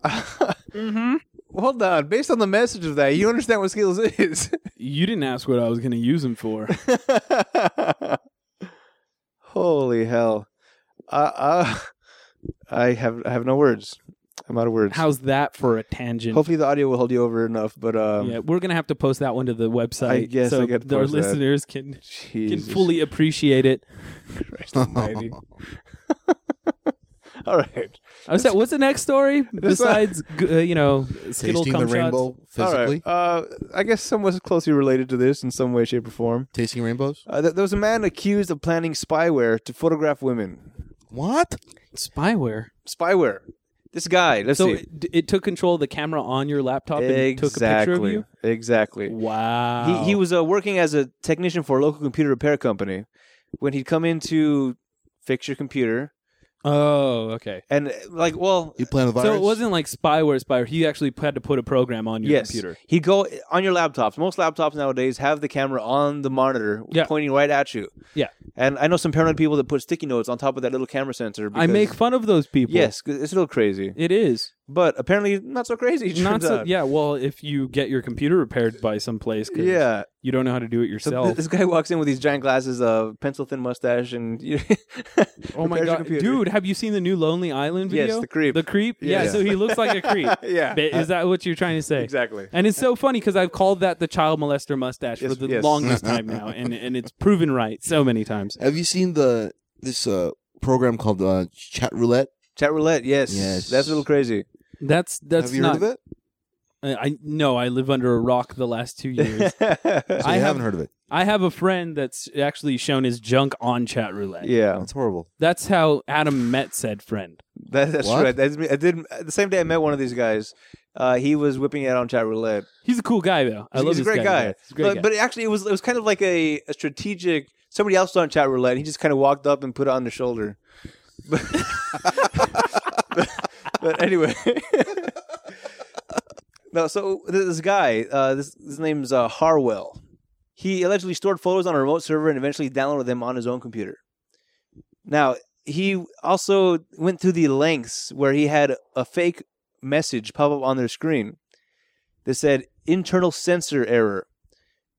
[SPEAKER 1] Hold on. Based on the message of that, you understand what Skittles is.
[SPEAKER 6] You didn't ask what I was going to use them for.
[SPEAKER 1] Holy hell. Uh, uh, I have I have no words. I'm out of words.
[SPEAKER 3] How's that for a tangent?
[SPEAKER 1] Hopefully the audio will hold you over enough, but um
[SPEAKER 3] yeah, we're gonna have to post that one to the website.
[SPEAKER 1] I guess
[SPEAKER 3] so
[SPEAKER 1] I could
[SPEAKER 3] our
[SPEAKER 1] post that.
[SPEAKER 3] listeners can can
[SPEAKER 1] Jesus
[SPEAKER 3] fully appreciate it.
[SPEAKER 1] Christ almighty. All right.
[SPEAKER 3] I said, what's the next story besides g- uh, you know Skittle
[SPEAKER 2] Tasting the
[SPEAKER 3] cum shots?
[SPEAKER 2] rainbow physically.
[SPEAKER 1] All right. Uh, I guess somewhat closely related to this in some way, shape, or form.
[SPEAKER 2] Tasting rainbows.
[SPEAKER 1] Uh, th- there was a man accused of planning spyware to photograph women.
[SPEAKER 2] What?
[SPEAKER 3] Spyware.
[SPEAKER 1] Spyware. This guy. Let's
[SPEAKER 3] So
[SPEAKER 1] see.
[SPEAKER 3] it, it took control of the camera on your laptop and took a picture of
[SPEAKER 1] exactly.
[SPEAKER 3] you.
[SPEAKER 1] Exactly.
[SPEAKER 3] Wow.
[SPEAKER 1] He, he was uh, working as a technician for a local computer repair company. When he'd come in to fix your computer,
[SPEAKER 3] Oh, okay.
[SPEAKER 1] and uh, like, well,
[SPEAKER 2] You playing a virus?
[SPEAKER 3] So it wasn't like spyware. Spyware. He actually had to put a program on your
[SPEAKER 1] yes,
[SPEAKER 3] computer.
[SPEAKER 1] he'd go uh, on your laptops. Most laptops nowadays have the camera on the monitor,
[SPEAKER 3] Yeah.
[SPEAKER 1] pointing right at you.
[SPEAKER 3] Yeah.
[SPEAKER 1] and I know some paranoid people that put sticky notes on top of that little camera sensor.
[SPEAKER 3] I make
[SPEAKER 1] because-
[SPEAKER 3] fun of those people.
[SPEAKER 1] yes, 'cause it's a little crazy,
[SPEAKER 3] it is.
[SPEAKER 1] but apparently not so crazy. it
[SPEAKER 3] Not
[SPEAKER 1] turns
[SPEAKER 3] so,
[SPEAKER 1] out.
[SPEAKER 3] yeah. Well, if you get your computer repaired by someplace, 'cause
[SPEAKER 1] yeah.
[SPEAKER 3] you don't know how to do it
[SPEAKER 1] So
[SPEAKER 3] yourself.
[SPEAKER 1] th- this guy walks in with these giant glasses, a uh, pencil thin mustache, and
[SPEAKER 3] oh my god, dude! Have you seen the new Lonely Island
[SPEAKER 1] Yes,
[SPEAKER 3] video?
[SPEAKER 1] the creep.
[SPEAKER 3] The creep. Yeah.
[SPEAKER 1] Yeah.
[SPEAKER 3] So he looks like a creep.
[SPEAKER 1] Yeah.
[SPEAKER 3] Ba- Is that what you're trying to say?
[SPEAKER 1] Exactly.
[SPEAKER 3] And it's so funny because I've called that the child molester mustache
[SPEAKER 1] Yes,
[SPEAKER 3] for the
[SPEAKER 1] yes.
[SPEAKER 3] longest time now, and and it's proven right so many times.
[SPEAKER 2] Have you seen the this uh program called uh, Chat Roulette?
[SPEAKER 1] Chat roulette, yes.
[SPEAKER 2] Yes.
[SPEAKER 1] That's a little crazy.
[SPEAKER 3] That's that's
[SPEAKER 2] have you
[SPEAKER 3] not. uh,
[SPEAKER 2] heard of it?
[SPEAKER 3] I I- no, I live under a rock the last two years.
[SPEAKER 2] So
[SPEAKER 3] I
[SPEAKER 2] you
[SPEAKER 3] have-
[SPEAKER 2] haven't heard of it.
[SPEAKER 3] I have a friend that's actually shown his junk on chat roulette.
[SPEAKER 1] yeah.
[SPEAKER 2] That's horrible.
[SPEAKER 3] That's how Adam met said friend.
[SPEAKER 1] That, that's
[SPEAKER 2] What?
[SPEAKER 1] right. That's me. I did the same day I met one of these guys. Uh, he was whipping it on chat roulette.
[SPEAKER 3] He's a cool guy though. I
[SPEAKER 1] He's-
[SPEAKER 3] love
[SPEAKER 1] he's a
[SPEAKER 3] this
[SPEAKER 1] great
[SPEAKER 3] guy.
[SPEAKER 1] guy.
[SPEAKER 3] He's a great
[SPEAKER 1] but,
[SPEAKER 3] guy.
[SPEAKER 1] but actually, it was it was kind of like a, a strategic. Somebody else was on chat roulette. And he just kind of walked up and put it on their shoulder. But, but anyway. No, so th- this guy, uh, this his name's uh, Harwell. He allegedly stored photos on a remote server and eventually downloaded them on his own computer. Now he also went through the lengths where he had a fake message pop up on their screen that said internal sensor error,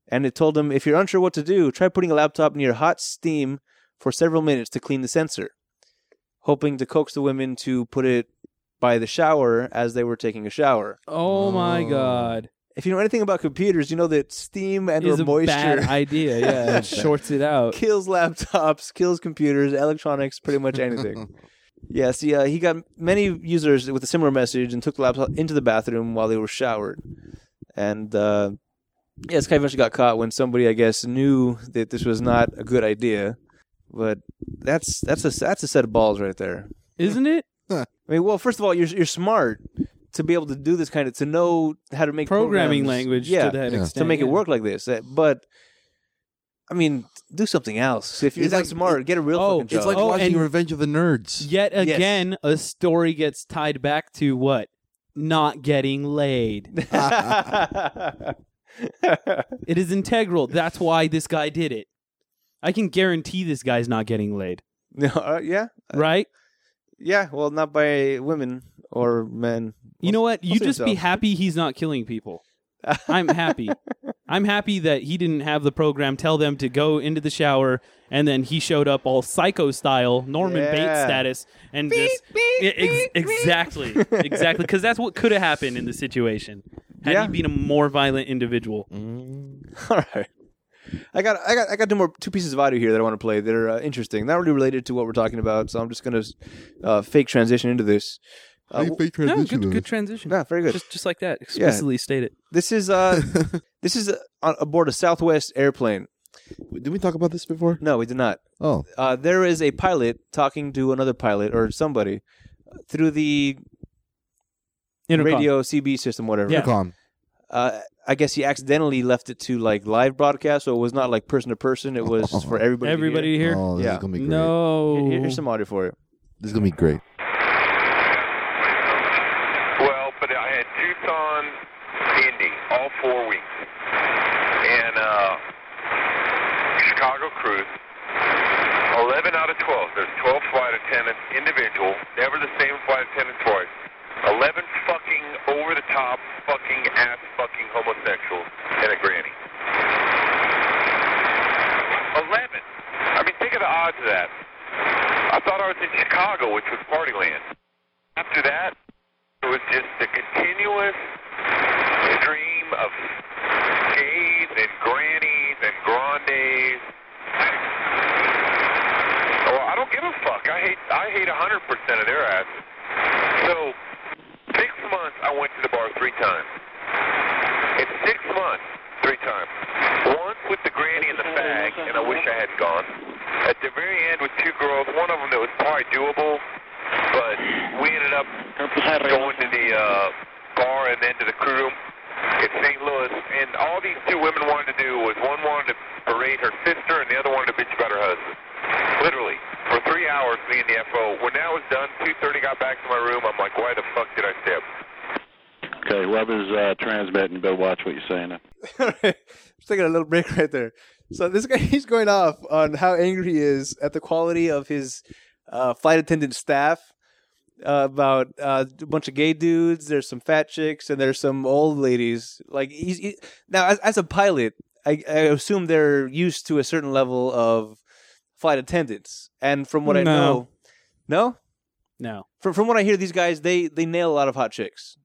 [SPEAKER 1] and it told him if you're unsure what to do, try putting a laptop near hot steam for several minutes to clean the sensor, hoping to coax the women to put it by the shower as they were taking a shower
[SPEAKER 3] oh my
[SPEAKER 2] Oh.
[SPEAKER 3] god,
[SPEAKER 1] if you know anything about computers, you know that steam and
[SPEAKER 3] is
[SPEAKER 1] or
[SPEAKER 3] a bad
[SPEAKER 1] moisture
[SPEAKER 3] idea. Yeah, it shorts it out.
[SPEAKER 1] kills laptops, kills computers, electronics, pretty much anything. yeah, see, uh, he got many users with a similar message and took the laptop into the bathroom while they were showered. And uh, yeah, this guy eventually got caught when somebody, I guess, knew that this was not a good idea. But that's that's a that's a set of balls right there.
[SPEAKER 3] Isn't it?
[SPEAKER 1] I mean, well, first of all, you're you're smart to be able to do this kind of to know how to make
[SPEAKER 3] Programming
[SPEAKER 1] programs.
[SPEAKER 3] language
[SPEAKER 1] Yeah
[SPEAKER 3] to that
[SPEAKER 2] Yeah.
[SPEAKER 3] extent
[SPEAKER 1] to make
[SPEAKER 3] yeah.
[SPEAKER 1] it work like this. Uh, But eh, I mean, do something else. If you're
[SPEAKER 2] It's
[SPEAKER 1] that
[SPEAKER 2] like-
[SPEAKER 1] smart, get a real
[SPEAKER 3] oh,
[SPEAKER 1] fucking job.
[SPEAKER 2] It's like
[SPEAKER 3] Oh,
[SPEAKER 2] watching
[SPEAKER 3] and-
[SPEAKER 2] Revenge of the Nerds.
[SPEAKER 3] Yet again, a story gets tied back to what? Not getting laid. it is integral. That's why this guy did it. I can guarantee this guy's not getting laid,
[SPEAKER 1] no, uh, yeah,
[SPEAKER 3] right?
[SPEAKER 1] yeah. Well, not by women or men.
[SPEAKER 3] You know what? You
[SPEAKER 1] say
[SPEAKER 3] just be
[SPEAKER 1] so.
[SPEAKER 3] happy he's not killing people. I'm happy. I'm happy that he didn't have the program tell them to go into the shower and then he showed up all psycho style, Norman Bates
[SPEAKER 1] Yeah.
[SPEAKER 3] status and just I- ex- exactly. Exactly cuz that's what could have happened in the situation. Had
[SPEAKER 1] Yeah.
[SPEAKER 3] he been a more violent individual.
[SPEAKER 1] All right. I got I got I got two more two pieces of audio here that I want to play. that are uh, interesting, not really related to what we're talking about. So I'm just gonna uh, fake transition into this. Uh, w-
[SPEAKER 3] No, good, good transition.
[SPEAKER 1] no, very good.
[SPEAKER 3] Just just like that. Explicitly state it.
[SPEAKER 1] This is uh this is uh, on aboard a Southwest airplane.
[SPEAKER 2] Did we talk about this before?
[SPEAKER 1] No, we did not.
[SPEAKER 2] Oh,
[SPEAKER 1] Uh, there is a pilot talking to another pilot or somebody through the
[SPEAKER 3] Intercom.
[SPEAKER 1] radio CB system, whatever.
[SPEAKER 3] Yeah.
[SPEAKER 2] Intercom.
[SPEAKER 1] Uh, I guess he accidentally left it to like live broadcast, so it was not like person to person. It was for everybody. to hear.
[SPEAKER 3] Everybody here?
[SPEAKER 2] Oh, this
[SPEAKER 1] Yeah.
[SPEAKER 2] is gonna be great.
[SPEAKER 3] no.
[SPEAKER 1] Here- Here's some audio for you.
[SPEAKER 2] This is gonna be great.
[SPEAKER 7] Well, but I had Tucson, Indy, all four weeks, and uh, Chicago cruise. Eleven out of twelve. There's twelve flight attendants, individual, never the same flight attendant twice. Eleven fucking over the top, fucking ass, fucking homosexuals, and a granny. Eleven. I mean, think of the odds of that. I thought I was in Chicago, which was party land. After that, it was just a continuous stream of gays and grannies and grandes. Oh, I don't give a fuck. I hate I hate a hundred percent of their ass. So six months I went to the bar three times. In six months, three times. Once with the granny and the fag, and I wish I had gone. At the very end with two girls, one of them that was probably doable, but we ended up going to the uh, bar and then to the crew room in St. Louis, and all these two women wanted to do was one wanted to berate her sister, and the other wanted to bitch about her husband. Literally, for three hours, me and the FO. When that was done, 2:30 got back to my room. I'm like, why the fuck did I stay up?
[SPEAKER 8] Okay, Weber's uh, transmitting. Better watch what you're saying.
[SPEAKER 1] Alright. Just taking a little break right there. So this guy he's going off on how angry he is at the quality of his uh, flight attendant staff. Uh, about uh, a bunch of gay dudes. There's some fat chicks and there's some old ladies. Like he's he, now as, as a pilot, I, I assume they're used to a certain level of flight attendants. And from what I know,
[SPEAKER 3] No.
[SPEAKER 1] no,
[SPEAKER 3] no.
[SPEAKER 1] from from what I hear, these guys they they nail a lot of hot chicks.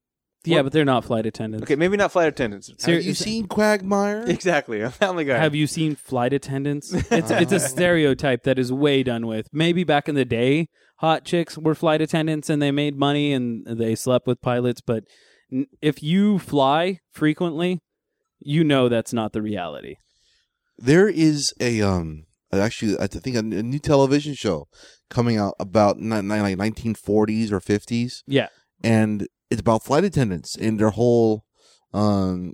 [SPEAKER 3] Yeah, but they're not flight attendants.
[SPEAKER 1] Okay, maybe not flight attendants.
[SPEAKER 2] Have you seen Quagmire?
[SPEAKER 1] Exactly, a Family Guy.
[SPEAKER 3] Have you seen flight attendants? It's it's a stereotype that is way done with. Maybe back in the day, hot chicks were flight attendants and they made money and they slept with pilots. But n- if you fly frequently, you know that's not the reality.
[SPEAKER 2] There is a um. Actually, I think a, a new television show coming out about ni- ni- like 1940s or 50s.
[SPEAKER 3] Yeah.
[SPEAKER 2] and it's about flight attendants and their whole, um,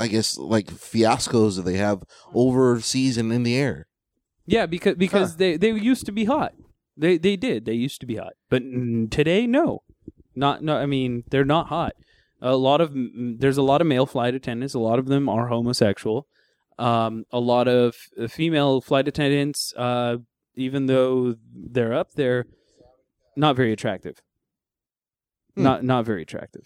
[SPEAKER 2] I guess like fiascos that they have overseas and in the air.
[SPEAKER 3] Yeah, because because they they used to be hot. They they did. They used to be hot. But mm, today, no, not no. I mean, they're not hot. A lot of mm, there's a lot of male flight attendants. A lot of them are homosexual. Um, a lot of uh, female flight attendants, uh, even though they're up there, not very attractive.
[SPEAKER 1] Hmm.
[SPEAKER 3] Not not very attractive.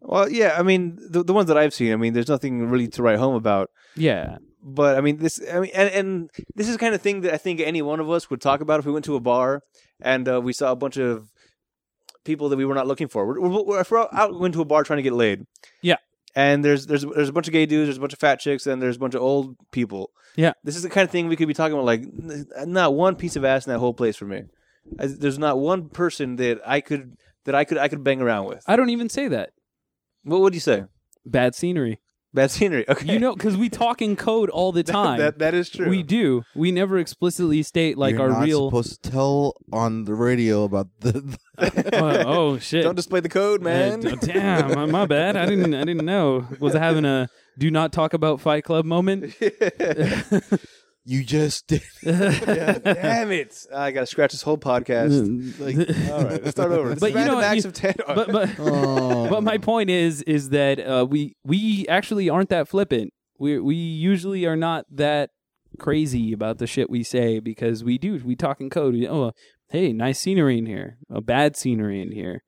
[SPEAKER 1] Well, yeah, I mean the the ones that I've seen, I mean, there's nothing really to write home about.
[SPEAKER 3] Yeah,
[SPEAKER 1] But I mean, this, I mean, and, and this is the kind of thing that I think any one of us would talk about if we went to a bar and uh, we saw a bunch of people that we were not looking for. We're, we're, we're, if we're out we went to a bar trying to get laid.
[SPEAKER 3] Yeah.
[SPEAKER 1] And there's there's there's a bunch of gay dudes, there's a bunch of fat chicks, and there's a bunch of old people.
[SPEAKER 3] Yeah.
[SPEAKER 1] This is the kind of thing we could be talking about. Like, n- not one piece of ass in that whole place for me. I, there's not one person that I could that I could I could bang around with.
[SPEAKER 3] I don't even say that.
[SPEAKER 1] What would you say?
[SPEAKER 3] Bad scenery.
[SPEAKER 1] Bad scenery. Okay.
[SPEAKER 3] You know, because we talk in code all the time.
[SPEAKER 1] That that is true.
[SPEAKER 3] We do. We never explicitly state like
[SPEAKER 2] You're
[SPEAKER 3] our
[SPEAKER 2] not
[SPEAKER 3] real.
[SPEAKER 2] supposed to tell on the radio about the.
[SPEAKER 3] oh, oh shit!
[SPEAKER 1] Don't display the code,
[SPEAKER 3] Uh,
[SPEAKER 1] man.
[SPEAKER 3] d- damn, my- my bad. I didn't. I didn't know. Was I having a do not talk about Fight Club moment.
[SPEAKER 2] You just did.
[SPEAKER 1] Damn it! I gotta scratch this whole podcast.
[SPEAKER 2] Like,
[SPEAKER 1] All right, let's start over.
[SPEAKER 3] But you know
[SPEAKER 1] Random
[SPEAKER 3] what,
[SPEAKER 1] acts
[SPEAKER 3] you-
[SPEAKER 1] of ten.
[SPEAKER 3] but but,
[SPEAKER 2] Oh.
[SPEAKER 3] but my point is is that uh, we we actually aren't that flippant. We we usually are not that crazy about the shit we say because we do we talk in code. We, oh, hey, nice scenery in here. A bad scenery in here.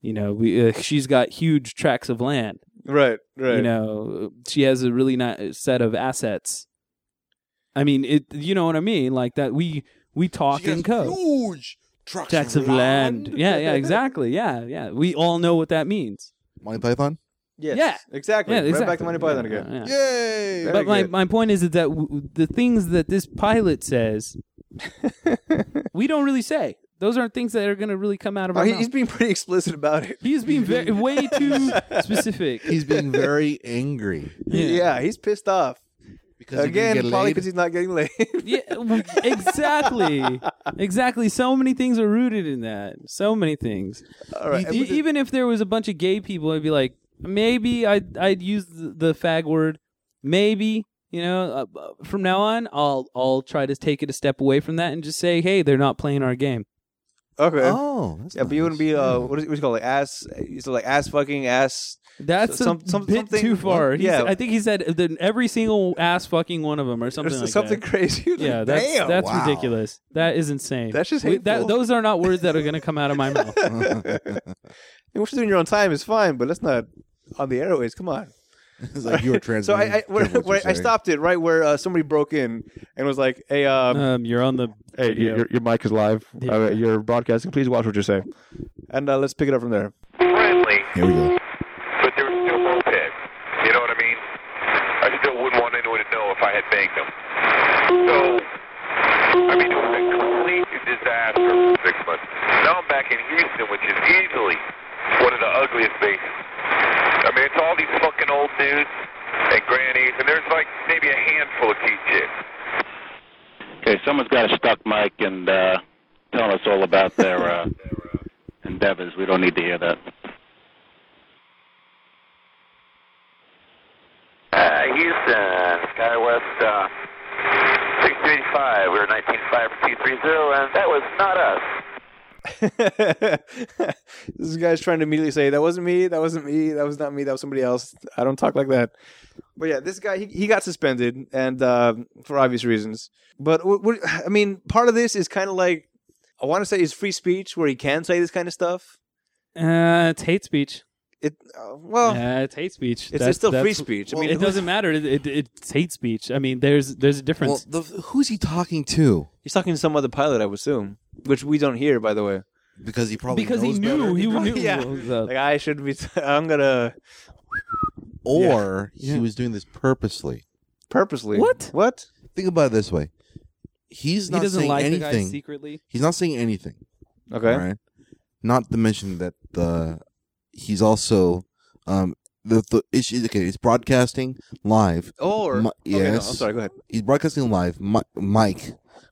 [SPEAKER 3] You know, we uh, she's got huge tracts of land.
[SPEAKER 1] right, right.
[SPEAKER 3] You know, she has a really nice set of assets. I mean, it. You know what I mean? Like that. We we talk
[SPEAKER 2] She has
[SPEAKER 3] in code.
[SPEAKER 2] Huge trucks
[SPEAKER 3] Tracts of land. Yeah, yeah, exactly. Yeah, yeah. We all know what that means.
[SPEAKER 2] Monty Python.
[SPEAKER 1] Yes,
[SPEAKER 3] Yeah.
[SPEAKER 1] exactly.
[SPEAKER 3] Yeah,
[SPEAKER 1] Right back to Monty Python again.
[SPEAKER 3] Yeah, yeah.
[SPEAKER 2] Yay!
[SPEAKER 1] Very
[SPEAKER 3] But my,
[SPEAKER 1] good.
[SPEAKER 3] my point is that w- the things that this pilot says, we don't really say. Those aren't things that are going to really come out of
[SPEAKER 1] Oh,
[SPEAKER 3] our
[SPEAKER 1] he-
[SPEAKER 3] mouth.
[SPEAKER 1] he's being pretty explicit about it.
[SPEAKER 3] He's being very, way too specific.
[SPEAKER 2] He's being very angry
[SPEAKER 1] Yeah, he's pissed off
[SPEAKER 2] because he didn't
[SPEAKER 1] again,
[SPEAKER 2] get
[SPEAKER 1] probably
[SPEAKER 2] laid.
[SPEAKER 1] because he's not getting laid.
[SPEAKER 3] Yeah, w- exactly. exactly. So many things are rooted in that. So many things.
[SPEAKER 1] All right,
[SPEAKER 3] E-
[SPEAKER 1] and with the-
[SPEAKER 3] even if there was a bunch of gay people, I'd be like, maybe I'd I'd use the, the fag word. Maybe you know, uh, uh, from now on, I'll I'll try to take it a step away from that and just say, hey, they're not playing our game.
[SPEAKER 1] okay.
[SPEAKER 2] Oh, that's
[SPEAKER 1] Yeah, but you wouldn't
[SPEAKER 2] nice.
[SPEAKER 1] be uh,
[SPEAKER 3] Hmm.
[SPEAKER 1] what is, what is it called? Like ass, so like ass fucking ass.
[SPEAKER 3] That's
[SPEAKER 1] So- some-
[SPEAKER 3] a
[SPEAKER 1] some-
[SPEAKER 3] bit
[SPEAKER 1] something-
[SPEAKER 3] too far.
[SPEAKER 1] what?
[SPEAKER 3] He
[SPEAKER 1] Yeah.
[SPEAKER 3] said- I think he said that every single ass fucking one of them or
[SPEAKER 1] Or
[SPEAKER 3] something
[SPEAKER 1] something
[SPEAKER 3] like that.
[SPEAKER 1] crazy. Like,
[SPEAKER 3] Yeah, that's
[SPEAKER 2] Damn,
[SPEAKER 3] that's
[SPEAKER 2] wow.
[SPEAKER 3] ridiculous. That is insane.
[SPEAKER 1] That's just
[SPEAKER 3] that,
[SPEAKER 1] hateful.
[SPEAKER 3] those are not words that are going to come out of my mouth.
[SPEAKER 1] And what you're doing in your own time is fine, but let's not on the airways. Come on.
[SPEAKER 2] it's like you were trans.
[SPEAKER 1] So I I, where, where I stopped it right where uh, somebody broke in and was like, "Hey, um,
[SPEAKER 3] Um, you're on the
[SPEAKER 1] hey,
[SPEAKER 3] video.
[SPEAKER 1] your, your, your mic is live.
[SPEAKER 3] Yeah.
[SPEAKER 1] Uh, you're broadcasting. Please watch what you're saying." And uh, let's pick it up from there.
[SPEAKER 7] Friendly,
[SPEAKER 2] Here we go.
[SPEAKER 7] but they're still mopeds. You know what I mean? I still wouldn't want anyone to know if I had banged them. So, I mean, it was a complete disaster for six months. Now I'm back in Houston, which is easily one of the ugliest bases. I mean, it's all these fucking old dudes and grannies, and there's like maybe a handful of cute chicks.
[SPEAKER 8] Okay, someone's got a stuck mic and uh, tell us all about their uh, endeavors. We don't need to hear that.
[SPEAKER 7] Uh, Houston, Sky West, uh, 6385, we were 195230, and that was not us.
[SPEAKER 1] this guy's trying to immediately say that wasn't me that wasn't me that was not me that was somebody else i don't talk like that but yeah this guy he, he got suspended and uh, for obvious reasons but w- w- i mean part of this is kind of like i want to say is free speech where he can say this kind of stuff
[SPEAKER 3] Uh, it's hate speech.
[SPEAKER 1] it uh,
[SPEAKER 2] Oh.
[SPEAKER 1] well
[SPEAKER 3] Yeah, it's hate speech.
[SPEAKER 1] it's,
[SPEAKER 3] That's-
[SPEAKER 1] it's still free
[SPEAKER 3] that's-
[SPEAKER 1] speech i
[SPEAKER 3] Well,
[SPEAKER 1] mean
[SPEAKER 3] it doesn't matter. It, it, it's hate speech. I mean, there's there's a
[SPEAKER 2] Well,
[SPEAKER 3] difference.
[SPEAKER 2] the, who's he talking to?
[SPEAKER 1] he's talking to some other pilot i would assume which we don't hear by the way
[SPEAKER 2] Because he probably
[SPEAKER 3] because he
[SPEAKER 2] knows
[SPEAKER 3] knew
[SPEAKER 2] better.
[SPEAKER 3] he knew.
[SPEAKER 1] Yeah.
[SPEAKER 3] what was up.
[SPEAKER 1] like i should be i am i'm gonna
[SPEAKER 2] or he was doing this purposely.
[SPEAKER 1] purposely
[SPEAKER 3] What?
[SPEAKER 1] what
[SPEAKER 2] Think about it this way: he's
[SPEAKER 3] he
[SPEAKER 2] not
[SPEAKER 3] doesn't
[SPEAKER 2] saying
[SPEAKER 3] like the guy
[SPEAKER 2] anything.
[SPEAKER 3] secretly.
[SPEAKER 2] he's not saying anything.
[SPEAKER 1] okay
[SPEAKER 2] Right. Not to mention that the he's also um the the issue. Okay, he's broadcasting live.
[SPEAKER 1] or
[SPEAKER 2] Mi-
[SPEAKER 1] okay, no, i'm
[SPEAKER 2] yes.
[SPEAKER 1] sorry go ahead
[SPEAKER 2] He's broadcasting live. Mi- Mike,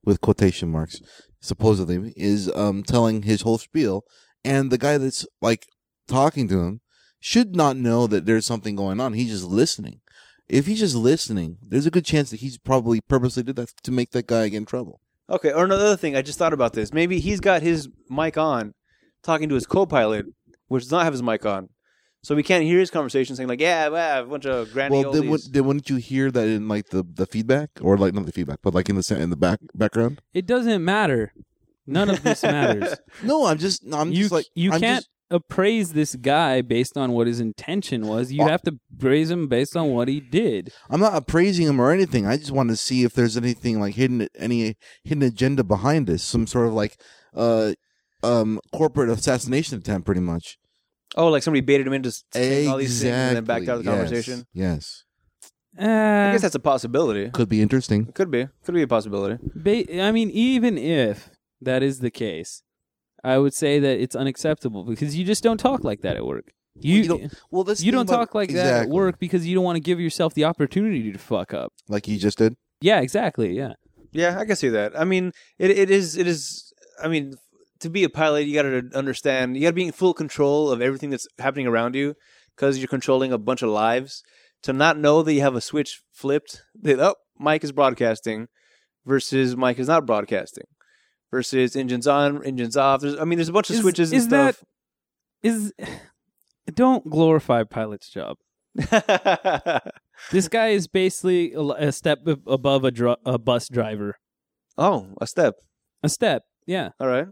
[SPEAKER 2] with quotation marks, supposedly is um telling his whole spiel, and the guy that's like talking to him should not know that there's something going on. He's just listening. If he's just listening, there's a good chance that he's probably purposely did that to make that guy get in trouble.
[SPEAKER 1] Okay, or another thing, I just thought about this. Maybe he's got his mic on, talking to his co-pilot, which does not have his mic on, so we can't hear his conversation saying like, "Yeah, well, a bunch of granny
[SPEAKER 2] Well, then, would,
[SPEAKER 1] oldies."
[SPEAKER 2] then wouldn't you hear that in like the, the feedback or like not the feedback, but like in the sa- in the back background?
[SPEAKER 3] It doesn't matter. None of this matters.
[SPEAKER 2] No, I'm just no, I'm
[SPEAKER 3] you
[SPEAKER 2] just like
[SPEAKER 3] you
[SPEAKER 2] I'm
[SPEAKER 3] can't
[SPEAKER 2] just-
[SPEAKER 3] appraise this guy based on what his intention was. You
[SPEAKER 2] Oh.
[SPEAKER 3] have to praise him based on what he did.
[SPEAKER 2] I'm not appraising him or anything. I just want to see if there's anything like hidden any hidden agenda behind this, some sort of like uh um corporate assassination attempt, pretty much.
[SPEAKER 1] oh, like somebody baited him into s- saying all these things and then backed out of the
[SPEAKER 2] Exactly. Yes.
[SPEAKER 1] conversation.
[SPEAKER 2] Yes,
[SPEAKER 3] Uh,
[SPEAKER 1] I guess that's a possibility.
[SPEAKER 2] could be interesting.
[SPEAKER 1] Could be, could be a possibility.
[SPEAKER 3] Ba- I mean, even if that is the case, I would say that it's unacceptable because you just don't talk like that at work. You,
[SPEAKER 2] you don't- Well, this
[SPEAKER 3] you don't talk like that at work because you don't want to give yourself the opportunity to fuck up.
[SPEAKER 2] like you just did.
[SPEAKER 3] Yeah, exactly. Yeah.
[SPEAKER 1] Yeah, I can see that. I mean, it, it is it is. I mean, to be a pilot, you got to understand. You got to be in full control of everything that's happening around you because you're controlling a bunch of lives. to not know that you have a switch flipped that oh Mike is broadcasting versus Mike is not broadcasting versus engines on engines off. There's I mean there's a bunch of
[SPEAKER 3] Is-
[SPEAKER 1] switches and
[SPEAKER 3] is that-
[SPEAKER 1] stuff.
[SPEAKER 3] Is don't glorify pilot's job. This guy is basically a, a step ab- above a, dr- a bus driver.
[SPEAKER 1] oh, a step.
[SPEAKER 3] A step, yeah.
[SPEAKER 1] All right.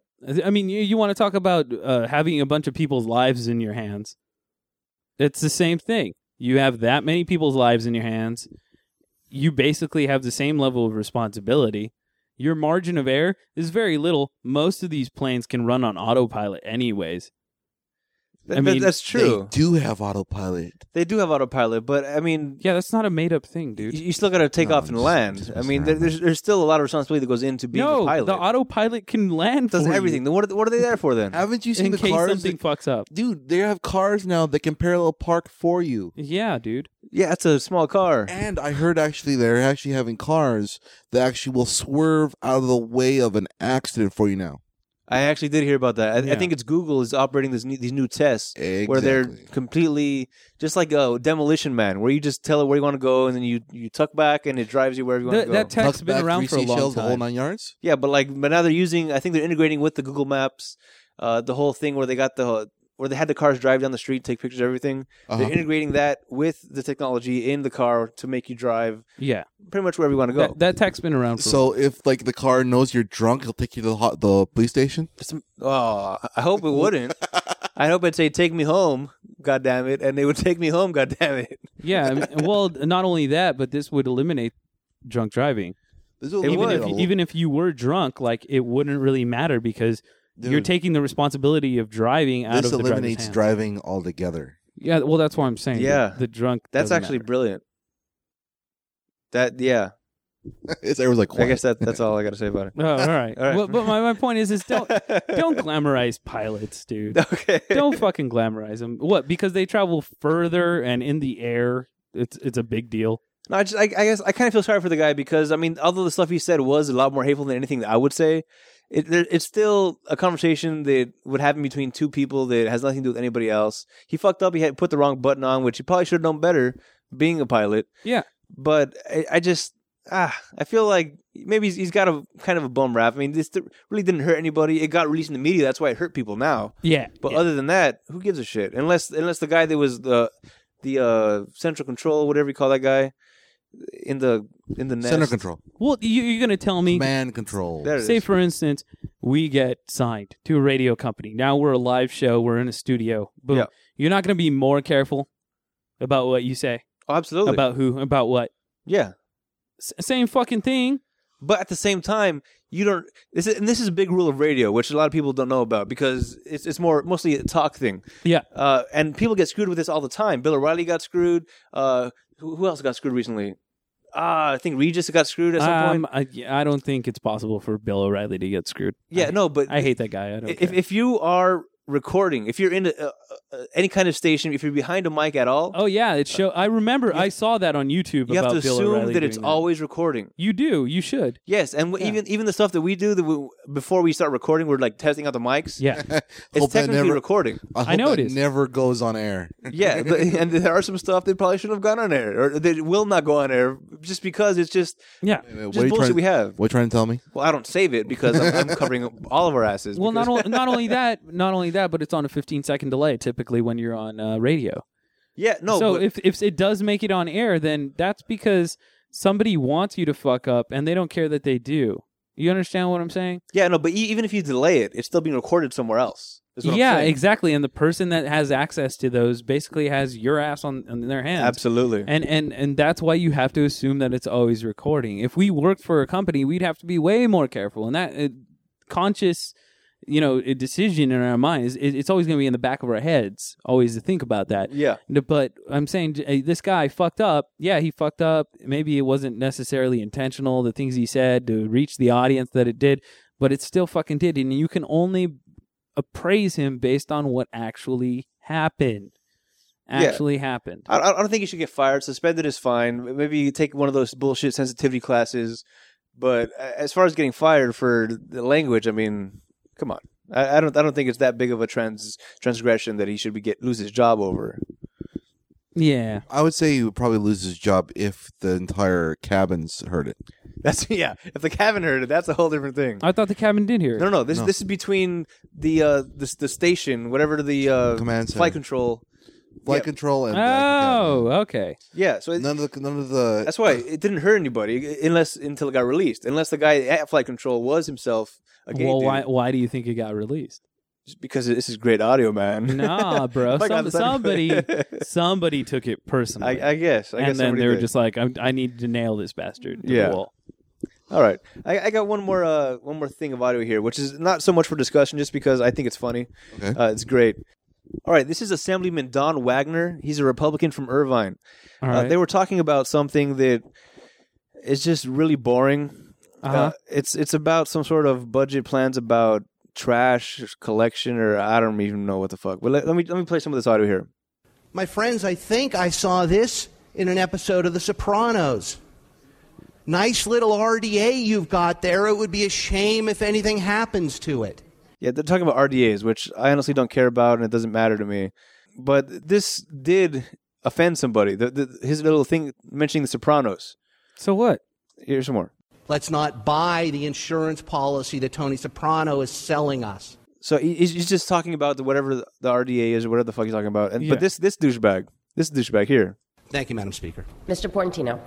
[SPEAKER 3] I mean, you, you want to talk about uh, having a bunch of people's lives in your hands? It's the same thing. You have that many people's lives in your hands. You basically have the same level of responsibility. Your margin of error is very little. Most of these planes can run on autopilot, anyways.
[SPEAKER 1] That-
[SPEAKER 3] I
[SPEAKER 1] that-
[SPEAKER 3] mean,
[SPEAKER 1] that's true.
[SPEAKER 2] They do have autopilot.
[SPEAKER 1] They, do have autopilot, but I mean
[SPEAKER 3] Yeah, that's not a made up thing,
[SPEAKER 1] you-
[SPEAKER 3] dude.
[SPEAKER 1] you still got to take
[SPEAKER 2] No,
[SPEAKER 1] off and
[SPEAKER 2] just-
[SPEAKER 1] land.
[SPEAKER 2] just
[SPEAKER 1] I mean,
[SPEAKER 2] around.
[SPEAKER 1] there, there's there's still a lot of responsibility that goes into being
[SPEAKER 3] no,
[SPEAKER 1] a pilot.
[SPEAKER 3] the autopilot can land
[SPEAKER 1] It does
[SPEAKER 3] for you
[SPEAKER 1] everything. Then what are, what are they there for then?
[SPEAKER 2] Haven't you seen
[SPEAKER 3] in
[SPEAKER 2] the
[SPEAKER 3] case
[SPEAKER 2] cars?
[SPEAKER 3] something
[SPEAKER 2] that-
[SPEAKER 3] fucks up.
[SPEAKER 2] dude, they have cars now that can parallel park for you.
[SPEAKER 3] Yeah, dude.
[SPEAKER 1] Yeah, it's a small car.
[SPEAKER 2] And I heard actually they're actually having cars that actually will swerve out of the way of an accident for you now.
[SPEAKER 1] I actually did hear about that. I, I
[SPEAKER 3] Yeah.
[SPEAKER 1] think it's Google is operating this new, these new tests where they're
[SPEAKER 2] Exactly.
[SPEAKER 1] completely just like a demolition man, where you just tell it where you want to go and then you you tuck back and it drives you wherever you want
[SPEAKER 3] That,
[SPEAKER 1] to go.
[SPEAKER 3] that tech's
[SPEAKER 2] Tuck
[SPEAKER 3] been
[SPEAKER 2] back
[SPEAKER 3] around
[SPEAKER 2] three
[SPEAKER 3] for a long
[SPEAKER 2] seashells, The whole
[SPEAKER 3] time.
[SPEAKER 2] nine yards.
[SPEAKER 1] yeah, but like but now they're using. I think they're integrating with the Google Maps, uh, the whole thing where they got the where they had the cars drive down the street, take pictures of everything. They're
[SPEAKER 2] Uh-huh.
[SPEAKER 1] integrating that with the technology in the car to make you drive
[SPEAKER 3] Yeah,
[SPEAKER 1] pretty much wherever you want to go.
[SPEAKER 3] that, that tech's been around for a
[SPEAKER 2] So if like the car knows you're drunk, it'll take you to the, ho- the police station.
[SPEAKER 1] Some- oh, I hope it wouldn't. I hope it'd say "Take me home, God damn it," and they would take me home, God damn it.
[SPEAKER 3] Yeah, I mean, well, not only that, but this would eliminate drunk driving.
[SPEAKER 2] This will
[SPEAKER 1] It
[SPEAKER 3] Even
[SPEAKER 1] would.
[SPEAKER 3] if even if you were drunk, like it wouldn't really matter because you're
[SPEAKER 2] Dude.
[SPEAKER 3] taking the responsibility of driving out
[SPEAKER 2] this
[SPEAKER 3] of the driver's
[SPEAKER 2] eliminates
[SPEAKER 3] hands.
[SPEAKER 2] driving altogether.
[SPEAKER 3] Yeah, well, that's why I'm saying. the-
[SPEAKER 1] Yeah.
[SPEAKER 3] the, drunk.
[SPEAKER 1] That's
[SPEAKER 3] doesn't
[SPEAKER 1] actually
[SPEAKER 3] matter.
[SPEAKER 1] brilliant. That yeah,
[SPEAKER 2] it's everyone's like,
[SPEAKER 1] I guess that that's all I got to say about
[SPEAKER 3] Oh, all right.
[SPEAKER 1] All right.
[SPEAKER 3] Well, but my, my point is, is don't
[SPEAKER 1] it.
[SPEAKER 3] don't glamorize pilots, dude.
[SPEAKER 1] okay.
[SPEAKER 3] Don't fucking glamorize them. What? Because they travel further and in the air. It's it's a big deal.
[SPEAKER 1] No, I just I, I guess I kind of feel sorry for the guy because I mean, although the stuff he said was a lot more hateful than anything that I would say, it there, it's still a conversation that would happen between two people that has nothing to do with anybody else. He fucked up. He had put the wrong button on, which he probably should have known better, being a pilot.
[SPEAKER 3] Yeah.
[SPEAKER 1] But I, I just ah, I feel like maybe he's, he's got a kind of a bum rap. I mean, this th- really didn't hurt anybody. It got released in the media. That's why it hurt people now.
[SPEAKER 3] Yeah.
[SPEAKER 1] But other than that, who gives a shit? Unless unless the guy that was the the uh, central control, whatever you call that guy, in the in the nest.
[SPEAKER 2] Center control,
[SPEAKER 3] well, you, you're gonna tell me
[SPEAKER 2] man control.
[SPEAKER 1] There it
[SPEAKER 3] Say,
[SPEAKER 1] is.
[SPEAKER 3] for instance, we get signed to a radio company. Now we're a live show. We're in a studio. Boom.
[SPEAKER 1] Yeah.
[SPEAKER 3] You're not going to be more careful about what you say,
[SPEAKER 1] Oh, absolutely.
[SPEAKER 3] about who, about what.
[SPEAKER 1] yeah.
[SPEAKER 3] S- same fucking thing.
[SPEAKER 1] But at the same time, you don't. This is, and this is a big rule of radio, which a lot of people don't know about because it's it's more mostly a talk thing.
[SPEAKER 3] Yeah.
[SPEAKER 1] Uh, and people get screwed with this all the time. Bill O'Reilly got screwed. Uh, who, who else got screwed recently? Ah, I think Regis got screwed at some
[SPEAKER 3] Um,
[SPEAKER 1] point.
[SPEAKER 3] I, yeah, I don't think it's possible for Bill O'Reilly to get screwed.
[SPEAKER 1] Yeah,
[SPEAKER 3] I,
[SPEAKER 1] no, but
[SPEAKER 3] I hate that guy. I don't.
[SPEAKER 1] if
[SPEAKER 3] care.
[SPEAKER 1] if you are recording, if you're in a, uh, uh, any kind of station, if you're behind a mic at all,
[SPEAKER 3] oh yeah, it show. I remember. I saw that on YouTube.
[SPEAKER 1] you have
[SPEAKER 3] about
[SPEAKER 1] to
[SPEAKER 3] Bill
[SPEAKER 1] assume
[SPEAKER 3] O'Reilly
[SPEAKER 1] that it's
[SPEAKER 3] doing
[SPEAKER 1] always recording.
[SPEAKER 3] You do. You should.
[SPEAKER 1] Yes, and w
[SPEAKER 3] Yeah.
[SPEAKER 1] even even the stuff that we do that we, before we start recording, we're like testing out the mics.
[SPEAKER 3] Yeah.
[SPEAKER 1] it's
[SPEAKER 2] Hope that
[SPEAKER 1] technically
[SPEAKER 2] never-
[SPEAKER 1] recording.
[SPEAKER 2] I, hope
[SPEAKER 3] know
[SPEAKER 2] that
[SPEAKER 3] it is.
[SPEAKER 2] Never goes on air.
[SPEAKER 1] Yeah, but- and there are some stuff that probably shouldn't have gone on air, or that will not go on air, just because it's just
[SPEAKER 3] Yeah.
[SPEAKER 2] What
[SPEAKER 1] just
[SPEAKER 2] are you
[SPEAKER 1] bullshit
[SPEAKER 2] trying,
[SPEAKER 1] we have.
[SPEAKER 2] What are you trying to tell me?
[SPEAKER 1] Well, I don't save it because I'm, I'm covering all of our asses.
[SPEAKER 3] Well, not
[SPEAKER 1] because-
[SPEAKER 3] only not only that, not only that, but it's on a 15 second delay typically when you're on uh, radio.
[SPEAKER 1] yeah, no.
[SPEAKER 3] so
[SPEAKER 1] but-
[SPEAKER 3] if if it does make it on air, then that's because somebody wants you to fuck up, and they don't care that they do. You understand what I'm saying?
[SPEAKER 1] yeah, no. But e- even if you delay it, it's still being recorded somewhere else. is what I'm
[SPEAKER 3] yeah,
[SPEAKER 1] saying.
[SPEAKER 3] exactly. And the person that has access to those basically has your ass on, on their hands.
[SPEAKER 1] absolutely.
[SPEAKER 3] And and and that's why you have to assume that it's always recording. If we worked for a company, we'd have to be way more careful. And that uh, conscious, you know, uh, decision in our minds, it, it's always going to be in the back of our heads, always to think about that.
[SPEAKER 1] yeah.
[SPEAKER 3] No, But I'm saying j- uh, this guy fucked up. Yeah, he fucked up. Maybe it wasn't necessarily intentional, the things he said to reach the audience that it did, but it still fucking did. And you can only appraise him based on what actually happened.
[SPEAKER 1] Yeah.
[SPEAKER 3] Actually happened.
[SPEAKER 1] I, I don't think you should get fired. Suspended is fine. Maybe you take one of those bullshit sensitivity classes. But a- as far as getting fired for the language, I mean, come on. I, I don't. I don't think it's that big of a trans transgression that he should be get lose his job over.
[SPEAKER 3] Yeah.
[SPEAKER 2] I would say he would probably lose his job if the entire cabin's heard it.
[SPEAKER 1] That's yeah. If the cabin heard it, that's a whole different thing.
[SPEAKER 3] I thought the cabin did hear it.
[SPEAKER 1] No, no, no. This this is between the uh the, the station, whatever the uh,
[SPEAKER 2] Command center.
[SPEAKER 1] flight control.
[SPEAKER 2] Flight
[SPEAKER 1] Yeah.
[SPEAKER 2] control and
[SPEAKER 3] Oh, okay.
[SPEAKER 1] Yeah, so it,
[SPEAKER 2] none of the none of the
[SPEAKER 1] that's why it didn't hurt anybody unless until it got released. Unless the guy at flight control was himself a gay
[SPEAKER 3] well,
[SPEAKER 1] dude.
[SPEAKER 3] why why do you think it got released?
[SPEAKER 1] Just because this is great audio, man.
[SPEAKER 3] Nah, bro.
[SPEAKER 1] Like
[SPEAKER 3] some,
[SPEAKER 1] I'm sorry.
[SPEAKER 3] somebody somebody took it personally.
[SPEAKER 1] I, I guess. I guess
[SPEAKER 3] and then
[SPEAKER 1] somebody
[SPEAKER 3] they were
[SPEAKER 1] did.
[SPEAKER 3] just like, I, I need to nail this bastard. To
[SPEAKER 1] Yeah.
[SPEAKER 3] The wall.
[SPEAKER 1] All right, I, I got one more uh, one more thing of audio here, which is not so much for discussion, just because I think it's funny.
[SPEAKER 2] Okay.
[SPEAKER 1] Uh, it's great. All right, this is Assemblyman Don Wagner. He's a Republican from Irvine.
[SPEAKER 3] All
[SPEAKER 1] Uh,
[SPEAKER 3] right.
[SPEAKER 1] they were talking about something that is just really boring.
[SPEAKER 3] Uh-huh.
[SPEAKER 1] Uh, it's it's about some sort of budget plans about trash collection, or I don't even know what the fuck. But let, let me let me play some of this audio here.
[SPEAKER 9] My friends, I think I saw this in an episode of The Sopranos. Nice little RDA you've got there. It would be a shame if anything happens to it.
[SPEAKER 1] Yeah, they're talking about RDAs, which I honestly don't care about, and it doesn't matter to me. But this did offend somebody. The, the, his little thing mentioning The Sopranos.
[SPEAKER 3] so what?
[SPEAKER 1] Here's some more.
[SPEAKER 9] Let's not buy the insurance policy that Tony Soprano is selling us.
[SPEAKER 1] So he, he's he's just talking about the, whatever the RDA is, or whatever the fuck he's talking about. And
[SPEAKER 3] Yeah.
[SPEAKER 1] but this this douchebag, this douchebag here.
[SPEAKER 9] Thank you, Madam Speaker.
[SPEAKER 10] Mr. Portantino.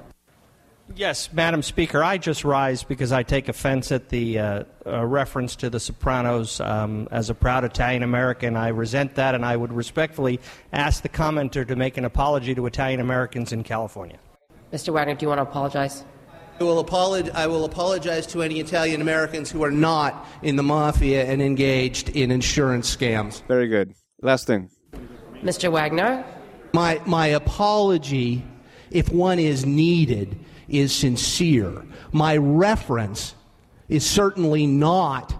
[SPEAKER 11] Yes, Madam Speaker, I just rise because I take offense at the uh, uh, reference to The Sopranos. Um, as a proud Italian American, I resent that, and I would respectfully ask the commenter to make an apology to Italian Americans in California.
[SPEAKER 10] Mr. Wagner, do you want to apologize?
[SPEAKER 9] I will, apolog- I will apologize to any Italian Americans who are not in the mafia and engaged in insurance scams.
[SPEAKER 1] Very good. Last thing.
[SPEAKER 10] Mr. Wagner?
[SPEAKER 9] My, my apology, if one is needed, is sincere. My reference is certainly not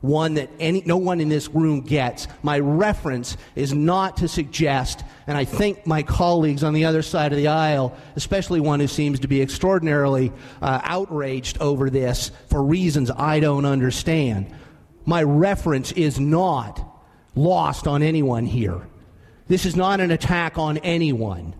[SPEAKER 9] one that any, no one in this room gets. My reference is not to suggest, and I think my colleagues on the other side of the aisle, especially one who seems to be extraordinarily uh, outraged over this for reasons I don't understand, my reference is not lost on anyone here. This is not an attack on anyone.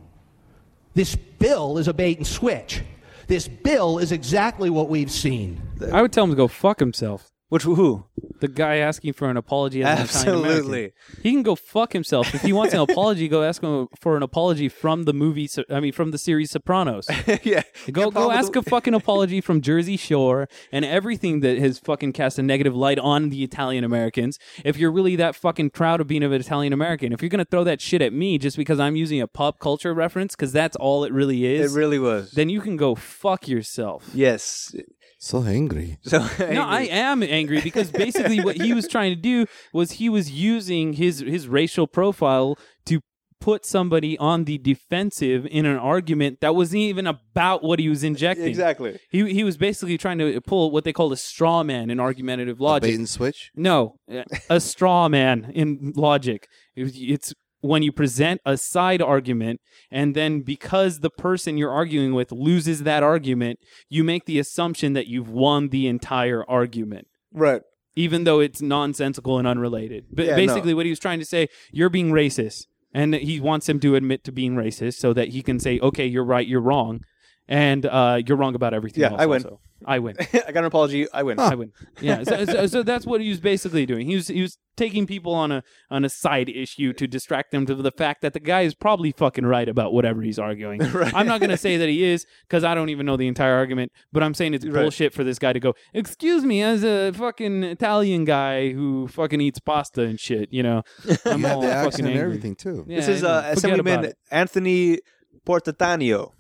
[SPEAKER 9] This bill is a bait and switch. This bill is exactly what we've seen.
[SPEAKER 3] I would tell him to go fuck himself.
[SPEAKER 1] Which who?
[SPEAKER 3] The guy asking for an apology as An Italian
[SPEAKER 1] Absolutely.
[SPEAKER 3] American. he can go fuck himself if he wants an apology. Go ask him for an apology from the movie. So- I mean, from the series Sopranos.
[SPEAKER 1] yeah.
[SPEAKER 3] Go
[SPEAKER 1] Your
[SPEAKER 3] go
[SPEAKER 1] problem
[SPEAKER 3] ask a
[SPEAKER 1] with-
[SPEAKER 3] fucking apology from Jersey Shore and everything that has fucking cast a negative light on the Italian Americans. If you're really that fucking proud of being an Italian American, if you're gonna throw that shit at me just because I'm using a pop culture reference, because that's all it really
[SPEAKER 1] It
[SPEAKER 3] is,
[SPEAKER 1] really was.
[SPEAKER 3] then you can go fuck yourself.
[SPEAKER 1] yes.
[SPEAKER 2] so angry.
[SPEAKER 1] So
[SPEAKER 3] No, I am angry because basically what he was trying to do was he was using his his racial profile to put somebody on the defensive in an argument that wasn't even about what he was injecting.
[SPEAKER 1] exactly.
[SPEAKER 3] He he was basically trying to pull what they call a straw man in argumentative
[SPEAKER 2] Bait
[SPEAKER 3] logic.
[SPEAKER 2] and switch.
[SPEAKER 3] No, a straw man in logic. It- It's when you present a side argument and then because the person you're arguing with loses that argument, you make the assumption that you've won the entire argument
[SPEAKER 1] Right.
[SPEAKER 3] even though it's nonsensical and unrelated. But
[SPEAKER 1] Yeah, no.
[SPEAKER 3] basically, what he was trying to say, you're being racist, and he wants him to admit to being racist so that he can say, okay, you're right, you're wrong, and uh, you're wrong about everything.
[SPEAKER 1] Yeah,
[SPEAKER 3] else
[SPEAKER 1] I win.
[SPEAKER 3] also. I win.
[SPEAKER 1] I got an apology. I win.
[SPEAKER 3] I win. Yeah. So, so, so that's what he was basically doing. He was he was taking people on a on a side issue to distract them to the fact that the guy is probably fucking right about whatever he's arguing. I'm not going to say that he is because I don't even know the entire argument, but I'm saying it's
[SPEAKER 1] Right.
[SPEAKER 3] bullshit for this guy to go, "Excuse me, as a fucking Italian guy who fucking eats pasta and shit, you know." I'm
[SPEAKER 2] You had
[SPEAKER 3] all
[SPEAKER 2] the
[SPEAKER 3] fucking
[SPEAKER 2] accent and
[SPEAKER 3] angry.
[SPEAKER 2] everything too.
[SPEAKER 3] Yeah,
[SPEAKER 1] This is
[SPEAKER 3] I know.
[SPEAKER 1] uh,
[SPEAKER 3] Forget about
[SPEAKER 1] Assemblyman
[SPEAKER 3] it.
[SPEAKER 1] Anthony Portatano.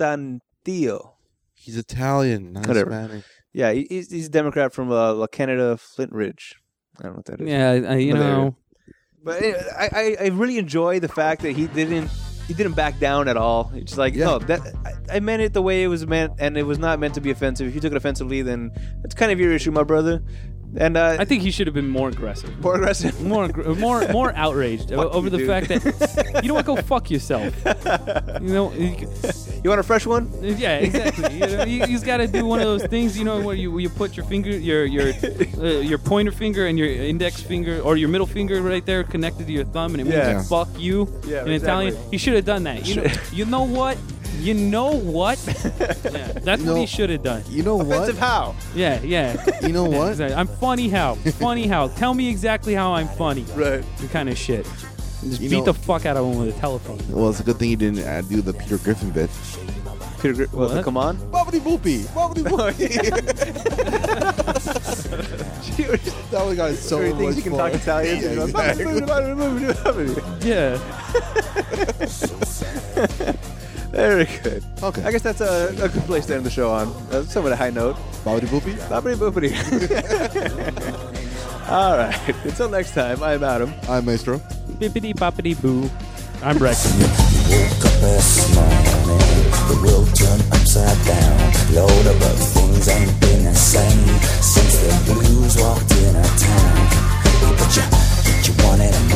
[SPEAKER 1] Portatantio.
[SPEAKER 2] He's Italian, not
[SPEAKER 1] Whatever.
[SPEAKER 2] Hispanic.
[SPEAKER 1] Yeah, he- he's, he's a Democrat from uh, La Canada, Flint Ridge. I don't know what that is.
[SPEAKER 3] Yeah, I, you
[SPEAKER 1] But there-
[SPEAKER 3] know.
[SPEAKER 1] But anyway, I, I, I really enjoy the fact that he didn't he didn't back down at all. It's just like
[SPEAKER 2] Yeah.
[SPEAKER 1] no, that I, I meant it the way it was meant, and it was not meant to be offensive. If you took it offensively, then that's kind of your issue, my brother. And uh,
[SPEAKER 3] I think he should have been more aggressive.
[SPEAKER 1] more aggressive.
[SPEAKER 3] More, aggr- more, more outraged o-
[SPEAKER 1] Fuck
[SPEAKER 3] over
[SPEAKER 1] you,
[SPEAKER 3] the
[SPEAKER 1] dude.
[SPEAKER 3] fact that you know what? Go fuck yourself. You know, you-
[SPEAKER 1] You want a fresh one?
[SPEAKER 3] yeah, exactly. You know, you, just got to do one of those things, you know, where you, where you put your finger, your your uh, your pointer finger and your index finger or your middle finger right there connected to your thumb, and it means
[SPEAKER 1] Yeah.
[SPEAKER 3] "fuck you"
[SPEAKER 1] Yeah,
[SPEAKER 3] in Italian.
[SPEAKER 1] exactly.
[SPEAKER 3] He should have done that. You know, you know what? You know what? Yeah, that's what
[SPEAKER 2] know-
[SPEAKER 3] he should have done.
[SPEAKER 2] You know
[SPEAKER 1] Offensive
[SPEAKER 2] what?
[SPEAKER 1] how?
[SPEAKER 3] Yeah, yeah.
[SPEAKER 2] You know what?
[SPEAKER 3] Exactly. I'm funny how? Funny how? Tell me exactly how I'm funny.
[SPEAKER 1] Right.
[SPEAKER 3] You kind of shit. Just
[SPEAKER 2] You
[SPEAKER 3] beat
[SPEAKER 2] know-
[SPEAKER 3] the fuck out of him with a telephone.
[SPEAKER 2] Well, it's a good thing you didn't uh, do the Peter Griffin bit.
[SPEAKER 1] Peter, Gr- was it
[SPEAKER 3] What?
[SPEAKER 1] come on?
[SPEAKER 2] Bobbity boopy. Bobbity boopy. that one got so
[SPEAKER 1] Three things
[SPEAKER 2] much
[SPEAKER 1] you can
[SPEAKER 2] more.
[SPEAKER 1] talk Italian. to.
[SPEAKER 2] Yeah, exactly.
[SPEAKER 3] Yeah.
[SPEAKER 1] Very good.
[SPEAKER 2] Okay.
[SPEAKER 1] I guess that's a, a good place to end the show on. Uh, somewhat a high note.
[SPEAKER 2] Bobbity boopy.
[SPEAKER 1] Boppity boopity. All right. Until next time, I'm Adam.
[SPEAKER 2] I'm Maestro.
[SPEAKER 3] Bippity boppity boo. I'm Rex.
[SPEAKER 12] Since the blues walked in our town, but you, but you wanted a